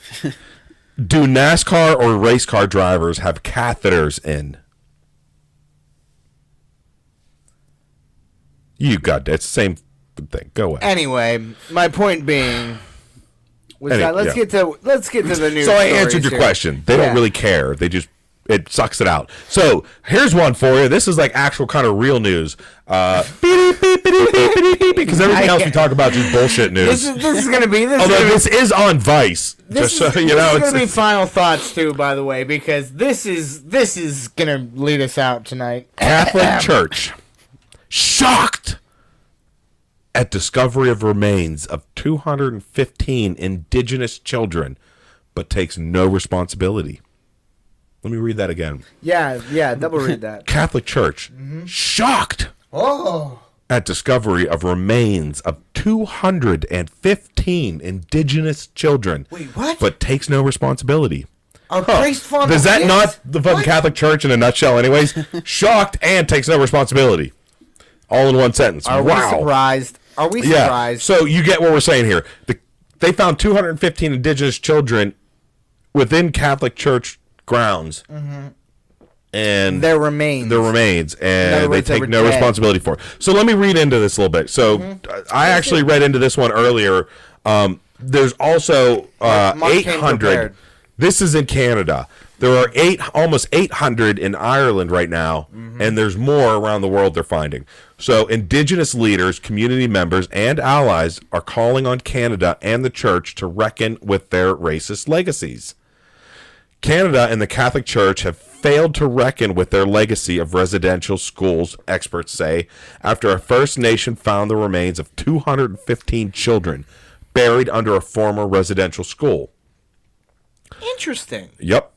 S2: Do NASCAR or race car drivers have catheters in? You goddamn, it's the same thing. Go away.
S1: Anyway, my point being was
S2: Any-
S1: that let's
S2: yeah.
S1: get to let's get to the news.
S2: So I
S1: stories
S2: answered your
S1: here.
S2: question. They don't
S1: Yeah.
S2: really care. They just it sucks it out. So here's one for you. This is like actual kind of real news. Uh, because everything else we talk about is just bullshit
S1: This
S2: news.
S1: is this is gonna be this. is
S2: Although
S1: gonna be-
S2: this is on Vice,
S1: this
S2: just so
S1: is,
S2: you
S1: this
S2: know,
S1: is
S2: it's,
S1: gonna be
S2: it's-
S1: final thoughts too, by the way, because this is this is gonna lead us out tonight.
S2: Catholic Church shocked at discovery of remains of 215 indigenous children, but takes no responsibility. Let me read that again.
S1: Yeah, yeah, double read that.
S2: Catholic Church shocked
S1: Oh,
S2: at discovery of remains of 215 indigenous children.
S1: Wait, what?
S2: But takes no responsibility.
S1: a
S2: Huh.
S1: priest fund.
S2: Does that
S1: is-
S2: not the fucking Catholic Church in a nutshell, anyways? shocked and takes no responsibility. All in one sentence.
S1: Are
S2: wow.
S1: we surprised? Are we
S2: Yeah.
S1: surprised?
S2: So you get what we're saying here. The, they found 215 indigenous children within Catholic Church grounds.
S1: Mm-hmm.
S2: And
S1: Their remains.
S2: their remains,
S1: other
S2: and they
S1: words, they
S2: take
S1: were
S2: no
S1: dead. Mm-hmm.
S2: responsibility for. it. So let me read into this a little bit. So uh, I actually read into this one earlier. Um, there's also uh,
S1: Mark came
S2: 800.
S1: prepared.
S2: This is in Canada. There are eight, almost 800 in Ireland right now,
S1: Mm-hmm.
S2: and there's more around the world they're finding. So Indigenous leaders, community members, and allies are calling on Canada and the Church to reckon with their racist legacies. Canada and the Catholic Church have failed to reckon with their legacy of residential schools, experts say, after a First Nation found the remains of 215 children buried under a former residential school.
S1: Interesting.
S2: Yep.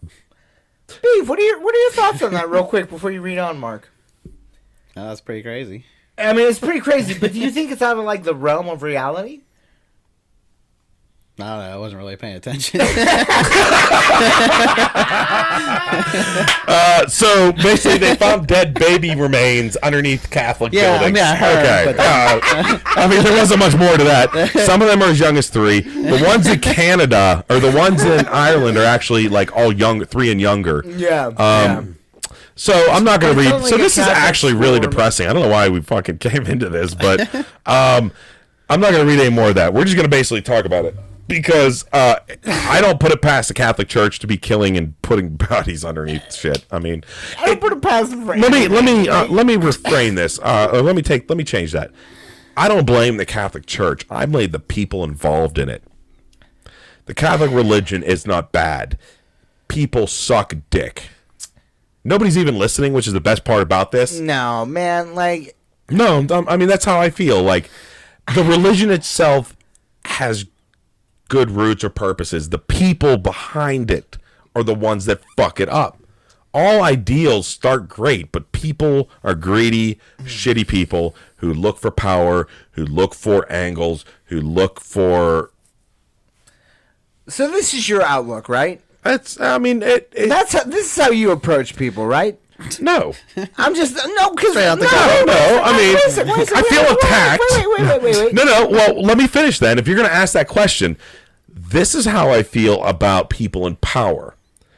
S1: Steve, what are your what are your thoughts on that, real quick, before you read on, Mark?
S3: No, that's pretty crazy.
S1: I mean, it's pretty crazy, but do you think it's out of like the realm of reality?
S3: I don't know. I wasn't really paying attention.
S2: Uh, so basically, they found dead baby remains underneath Catholic
S3: Yeah, I
S2: buildings.
S3: mean, I heard,
S2: okay.
S3: but-
S2: Uh, I mean, there wasn't much more to that. Some of them are as young as three. The ones in Canada or the ones in Ireland are actually like all young, three and younger.
S1: Yeah.
S2: Um, So I'm not going to
S1: It's
S2: read.
S1: only
S2: So
S1: a
S2: this is
S1: Catholic
S2: actually really
S1: form.
S2: depressing. I don't know why we fucking came into this, but um, I'm not going to read any more of that. We're just going to basically talk about it because uh, I don't put it past the Catholic Church to be killing and putting bodies underneath shit. I mean,
S1: I don't put a pass in front.
S2: let me let me uh, let me reframe this. Uh, or let me take let me change that. I don't blame the Catholic Church. I blame the people involved in it. The Catholic religion is not bad. People suck dick. Nobody's even listening, which is the best part about this.
S1: No, man. Like,
S2: No, um, I mean that's how I feel. Like the religion itself has good roots or purposes. The people behind it are the ones that fuck it up. All ideals start great, but people are greedy, shitty people who look for power, who look for angles, who look for.
S1: so this is your outlook, right?
S2: That's. I mean, it. it
S1: That's how, this is how you approach people, right?
S2: no.
S1: I'm just no, because
S3: Straight out the
S1: no,
S2: No, no. I mean,
S1: Wait a second, wait a second,
S2: I
S1: wait,
S2: feel
S1: wait, wait,
S2: attacked.
S1: Wait, wait, wait, wait, wait.
S2: No, no. Well, let me finish then. If you're going to ask that question, this is how I feel about people in power.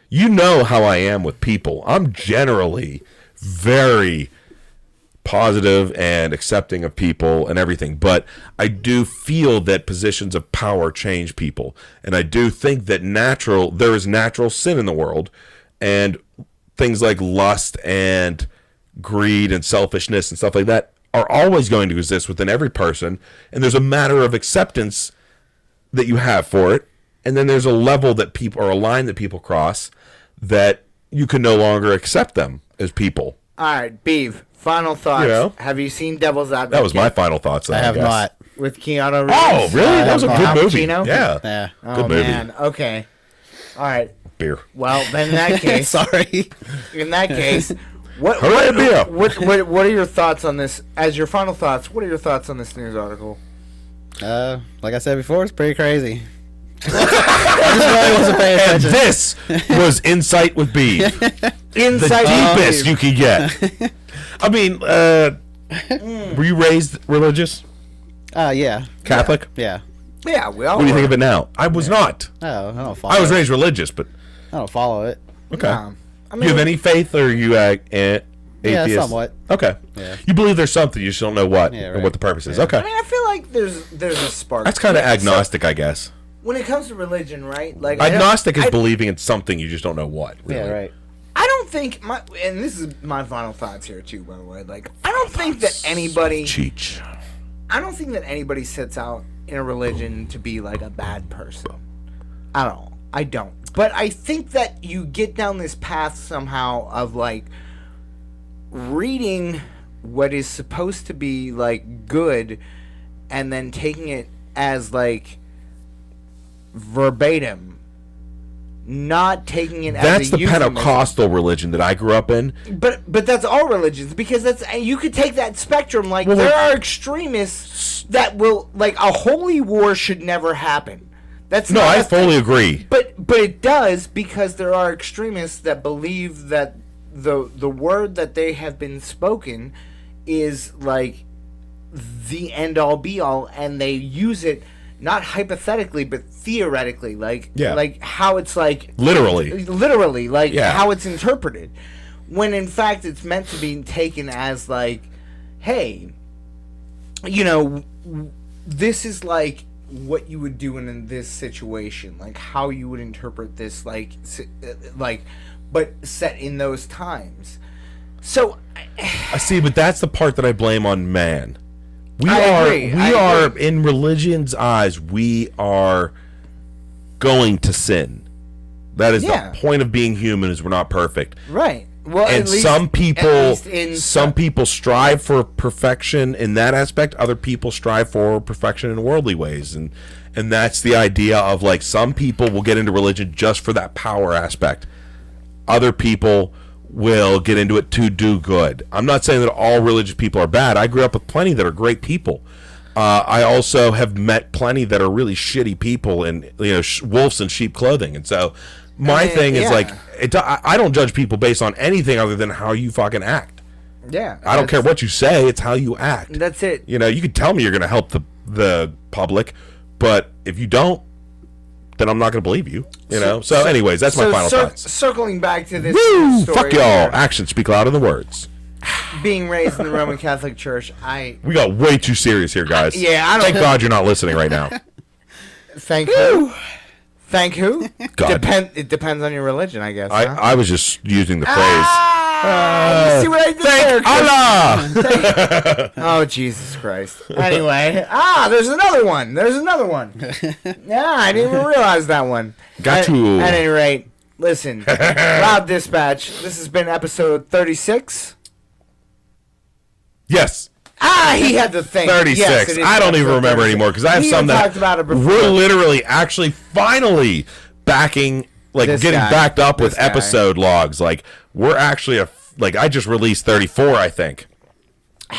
S2: You know how I am with people. I'm generally very positive and accepting of people and everything, but I do feel that positions of power change people. And I do think that natural there is natural sin in the world and things like lust and greed and selfishness and stuff like that are always going to exist within every person and there's a matter of acceptance that you have for it, and then there's a level that people or a line that people cross that you can no longer accept them as people.
S1: All right, Beav. Final thoughts.
S2: You know?
S1: Have you seen Devil's Advocate?
S2: That was my final thoughts.
S3: I have
S2: guess.
S3: not.
S1: with Keanu Reeves.
S2: Oh, really?
S1: Uh,
S2: that was a
S1: Al
S2: good movie.
S1: Pacino?
S2: Yeah.
S3: Yeah.
S1: Oh
S2: Good movie.
S1: man. Okay. All right.
S2: Beer.
S1: Well, then in that case,
S3: Sorry.
S1: in that case, what
S2: Hooray, beer.
S1: what, what what what are your thoughts on this? As your final thoughts, what are your thoughts on this news article?
S3: Uh, like I said before, it's pretty crazy. I just really wasn't paying
S2: And
S3: attention.
S2: this was Insight with Bee. The
S1: Inside
S2: deepest you can get. I mean, uh, were you raised religious?
S3: Uh, yeah,
S2: Catholic?
S3: yeah.
S1: Yeah. Well.
S2: What do you think of it now? I was not.
S3: No, I don't follow.
S2: I was
S3: it.
S2: raised religious, but
S3: I don't follow it.
S2: okay.
S1: Um, I mean,
S2: you have any faith, or are you uh, eh, atheist?
S3: Yeah, somewhat.
S2: Okay.
S3: Yeah.
S2: You believe there's something, you just don't know what
S3: Yeah,
S2: and
S3: right.
S2: what the purpose is.
S1: I
S2: Okay.
S1: mean, I feel like there's there's a spark.
S2: That's kind of agnostic, I guess.
S1: when it comes to religion, right? Like I don't-
S2: Agnostic is
S1: I-
S2: believing in something you just don't know what. Really.
S3: Yeah, right.
S1: I don't think my and this is my final thoughts here too. By the way, like I don't think that anybody.
S2: Cheech.
S1: I don't think that anybody sets out in a religion to be like a bad person. At all. I don't. But I think that you get down this path somehow of like reading what is supposed to be like good and then taking it as like verbatim. Not taking it
S2: That's
S1: as a
S2: the
S1: euphemism.
S2: Pentecostal religion that I grew up in.
S1: But but that's all religions because that's and you could take that spectrum. Like
S2: Well,
S1: there
S2: like-
S1: are extremists that will like a holy war should never happen. That's
S2: No,
S1: not
S2: I
S1: a-
S2: fully agree.
S1: But but it does because there are extremists that believe that the the word that they have been spoken is like the end all be all, and they use it not hypothetically but theoretically, like
S2: Yeah.
S1: like how it's like Uh,
S2: Literally.
S1: literally like
S2: Yeah.
S1: how it's interpreted when in fact it's meant to be taken as like hey you know w- w- this is like what you would do in, in this situation like how you would interpret this like si- uh, like but set in those times so I-
S2: I see, but that's the part that I blame on man. We
S1: I
S2: are
S1: agree,
S2: we
S1: I
S2: are
S1: agree.
S2: in religion's eyes, we are going to sin. That is
S1: Yeah.
S2: the point of being human is we're not perfect.
S1: right well
S2: and
S1: at least,
S2: some
S1: at
S2: people
S1: least in
S2: some people strive for perfection in that aspect other people strive for perfection in worldly ways and and that's the idea of like some people will get into religion just for that power aspect other people will get into it to do good i'm not saying that all religious people are bad i grew up with plenty that are great people Uh, I also have met plenty that are really shitty people in you know sh- wolves in sheep clothing, and so my
S1: mean,
S2: thing is
S1: yeah.
S2: like it, I, I don't judge people based on anything other than how you fucking act.
S1: Yeah.
S2: I don't
S1: that's-
S2: care what you say; it's how you act.
S1: That's it.
S2: You know, you could tell me you're going to help the the public, but if you don't, then I'm not going to believe you. You know. So, anyways, that's my final
S1: cir-
S2: thoughts.
S1: circling back to this
S2: Woo!
S1: story
S2: Fuck y'all!
S1: here,
S2: Actions speak louder than words.
S1: being raised in the Roman Catholic Church, I
S2: We got way too serious here, guys.
S1: yeah, I don't-
S2: Thank God you're not listening right now.
S1: thank who, thank who.
S2: God.
S1: Depend. It depends on your religion, I guess.
S2: I,
S1: huh?
S2: I was just using the phrase.
S1: Ah, you see what I did there? Chris?
S2: Allah!
S1: Oh Jesus Christ! Anyway, ah, there's another one. There's another one. yeah, I didn't even realize that one.
S2: Got
S1: At-
S2: you.
S1: At any rate, listen, Loud Dispatch. This has been episode 36.
S2: yes.
S1: Ah, he had the thing.
S2: 36.
S1: Yes, it is
S2: I don't even
S1: episode
S2: remember
S1: 36.
S2: anymore because I have
S1: We
S2: some
S1: even
S2: that
S1: talked about it before.
S2: we're literally actually finally backing, like
S1: This
S2: getting
S1: guy.
S2: backed up with
S1: This guy.
S2: episode logs. Like we're actually a like I just released 34, I think.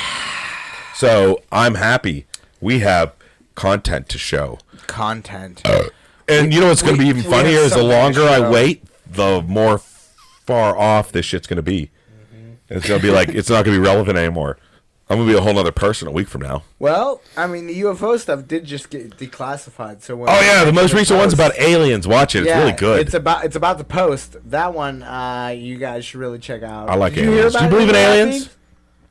S2: So I'm happy we have content to show.
S1: Content.
S2: Uh. And you know what's going to
S1: we-
S2: be even
S1: we have
S2: funnier is the
S1: something to
S2: longer I
S1: show.
S2: wait, the more far off this shit's going to be.
S1: Mm-hmm.
S2: It's going to be like it's not going to be relevant anymore. I'm going to be a whole other person a week from now.
S1: Well, I mean, the UFO stuff did just get declassified. So when
S2: Oh yeah, the most recent one's
S1: post-
S2: about aliens. Watch it; it's
S1: Yeah,
S2: really good.
S1: It's about it's about the post. That one, uh, you guys should really check out.
S2: I like
S1: Did you hear
S2: aliens. Do
S1: about
S2: you
S1: it
S2: believe in aliens?
S1: Abby?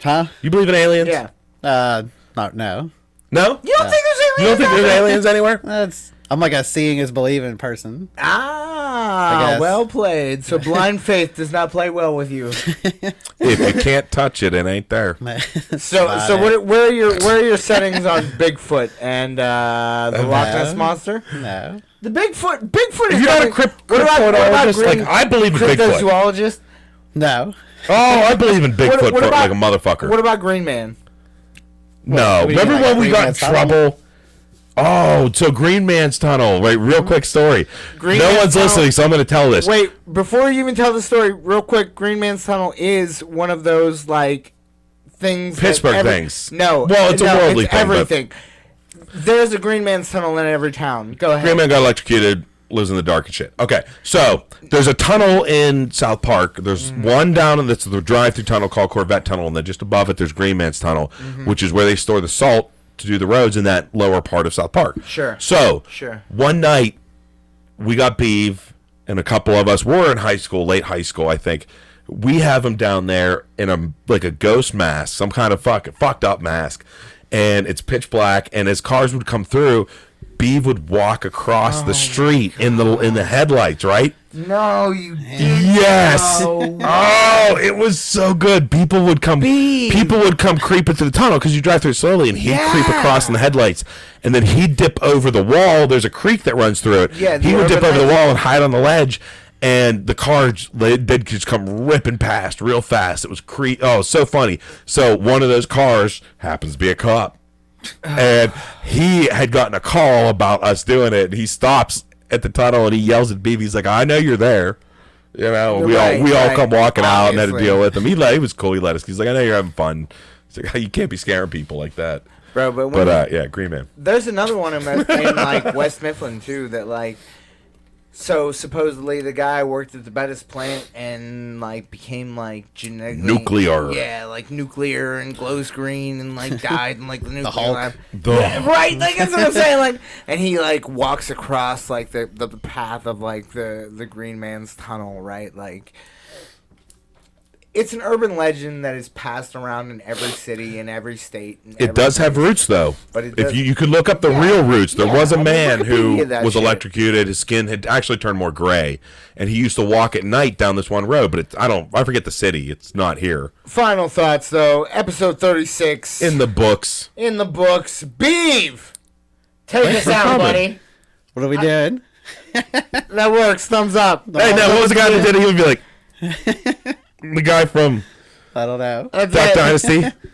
S3: Huh?
S2: You believe in aliens?
S1: Yeah.
S3: Uh, not no.
S2: No.
S1: You don't think there's aliens?
S2: You don't think there's aliens anywhere?
S3: That's I'm like a seeing is believing person. I
S1: Ah,
S3: guess.
S1: well played. So blind faith does not play well with you.
S2: if you can't touch it, it ain't there.
S1: So, so what? Are, where are your where are your settings on Bigfoot and uh, the Loch Ness
S3: No.
S1: monster?
S3: no.
S1: The Bigfoot, Bigfoot. is
S2: If you're not a
S1: nothing-
S2: crypt-
S1: what about- what about
S2: cryptozoologist, like,
S1: green-
S2: I believe in Bigfoot.
S1: Cryptozoologist.
S3: No.
S2: Oh, I believe in Bigfoot
S1: what
S2: for-
S1: about-
S2: like a motherfucker.
S1: What about Green Man?
S2: No,
S3: What do you
S2: remember
S3: mean, like
S2: when we
S3: Green
S2: got in
S3: Man's Tunnel?
S2: trouble? Oh, so Green Man's Tunnel. Right,
S3: Mm-hmm.
S2: real quick story.
S1: Green
S2: no
S1: Man's
S2: one's
S1: Tunnel-
S2: listening, so I'm going to tell this.
S1: Wait, before you even tell the story, real quick, Green Man's Tunnel is one of those like things. that
S2: Pittsburgh
S1: every-
S2: things.
S1: No,
S2: Well, it's a
S1: no,
S2: worldly thing, but-
S1: Everything. There's a Green Man's Tunnel in every town. Go ahead.
S2: Green Man got electrocuted, lives in the dark and shit. Okay, so there's a tunnel in South Park. There's
S3: Mm-hmm.
S2: one down in that's the drive-through tunnel called Corvette Tunnel, and then just above it there's Green Man's Tunnel,
S3: Mm-hmm.
S2: which is where they store the salt to do the roads in that lower part of South Park.
S1: Sure.
S2: So
S1: Sure.
S2: one night we got Beeve and a couple of us were in high school, late high school, I think. We have him down there in a like a ghost mask, some kind of fuck, fucked up mask, and it's pitch black. And as cars would come through, Beeve would walk across the street in the in the headlights, right?
S1: No, you did.
S2: Yes. Oh, it was so good. People would come. People would come creeping through the tunnel because you drive through it slowly, and he'd creep across in the headlights, and then he'd dip over the wall. There's a creek that runs through it.
S1: Yeah,
S2: he
S1: the
S2: would dip
S1: urban
S2: over the
S1: legend.
S2: wall and hide on the ledge, and the car j- they- they'd just come ripping past real fast. It was cre- Oh, so funny. So one of those cars happens to be a cop and he had gotten a call about us doing it. He stops at the tunnel and he yells at BB. He's like, "I know you're there." You know, we
S1: Right,
S2: all we all
S1: right.
S2: come walking out and had to
S1: Obviously.
S2: deal with him. He let, he was cool. He let us. He's like, "I know you're having fun." He's like, "Ah, "You can't be scaring people like that."
S1: Bro, but when
S2: But uh, yeah, Green Man.
S1: There's another one in, in like West Mifflin too that like so supposedly the guy worked at the Bettis plant and like became like genetically
S2: Nuclear.
S1: yeah like nuclear and glows green and like died in like the nuclear
S3: Hulk.
S1: lab.
S2: The-
S1: right like that's what I'm saying like and he like walks across like the, the path of like the the Green Man's tunnel right like it's an urban legend that is passed around in every city in every state. in every
S2: It does have
S1: place.
S2: roots though.
S1: But it
S2: if
S1: does-
S2: you you could look up the real roots, there
S1: yeah,
S2: was
S1: I
S2: a
S1: mean,
S2: man who
S1: Wikipedia that
S2: was
S1: shit.
S2: electrocuted. His skin had actually turned more gray, and he used to walk at night down this one road. But it's I don't I forget the city. It's not here
S1: Final thoughts, though. Episode 36.
S2: in the books.
S1: in the books. Beeve! Take us
S3: for
S1: out,
S2: coming.
S3: What are we doing?
S1: buddy. That works. Thumbs up.
S2: Hey, now what was the guy that did it? He would be like, the guy from
S3: I don't know.
S1: That's
S2: Duck
S1: it.
S2: Dynasty.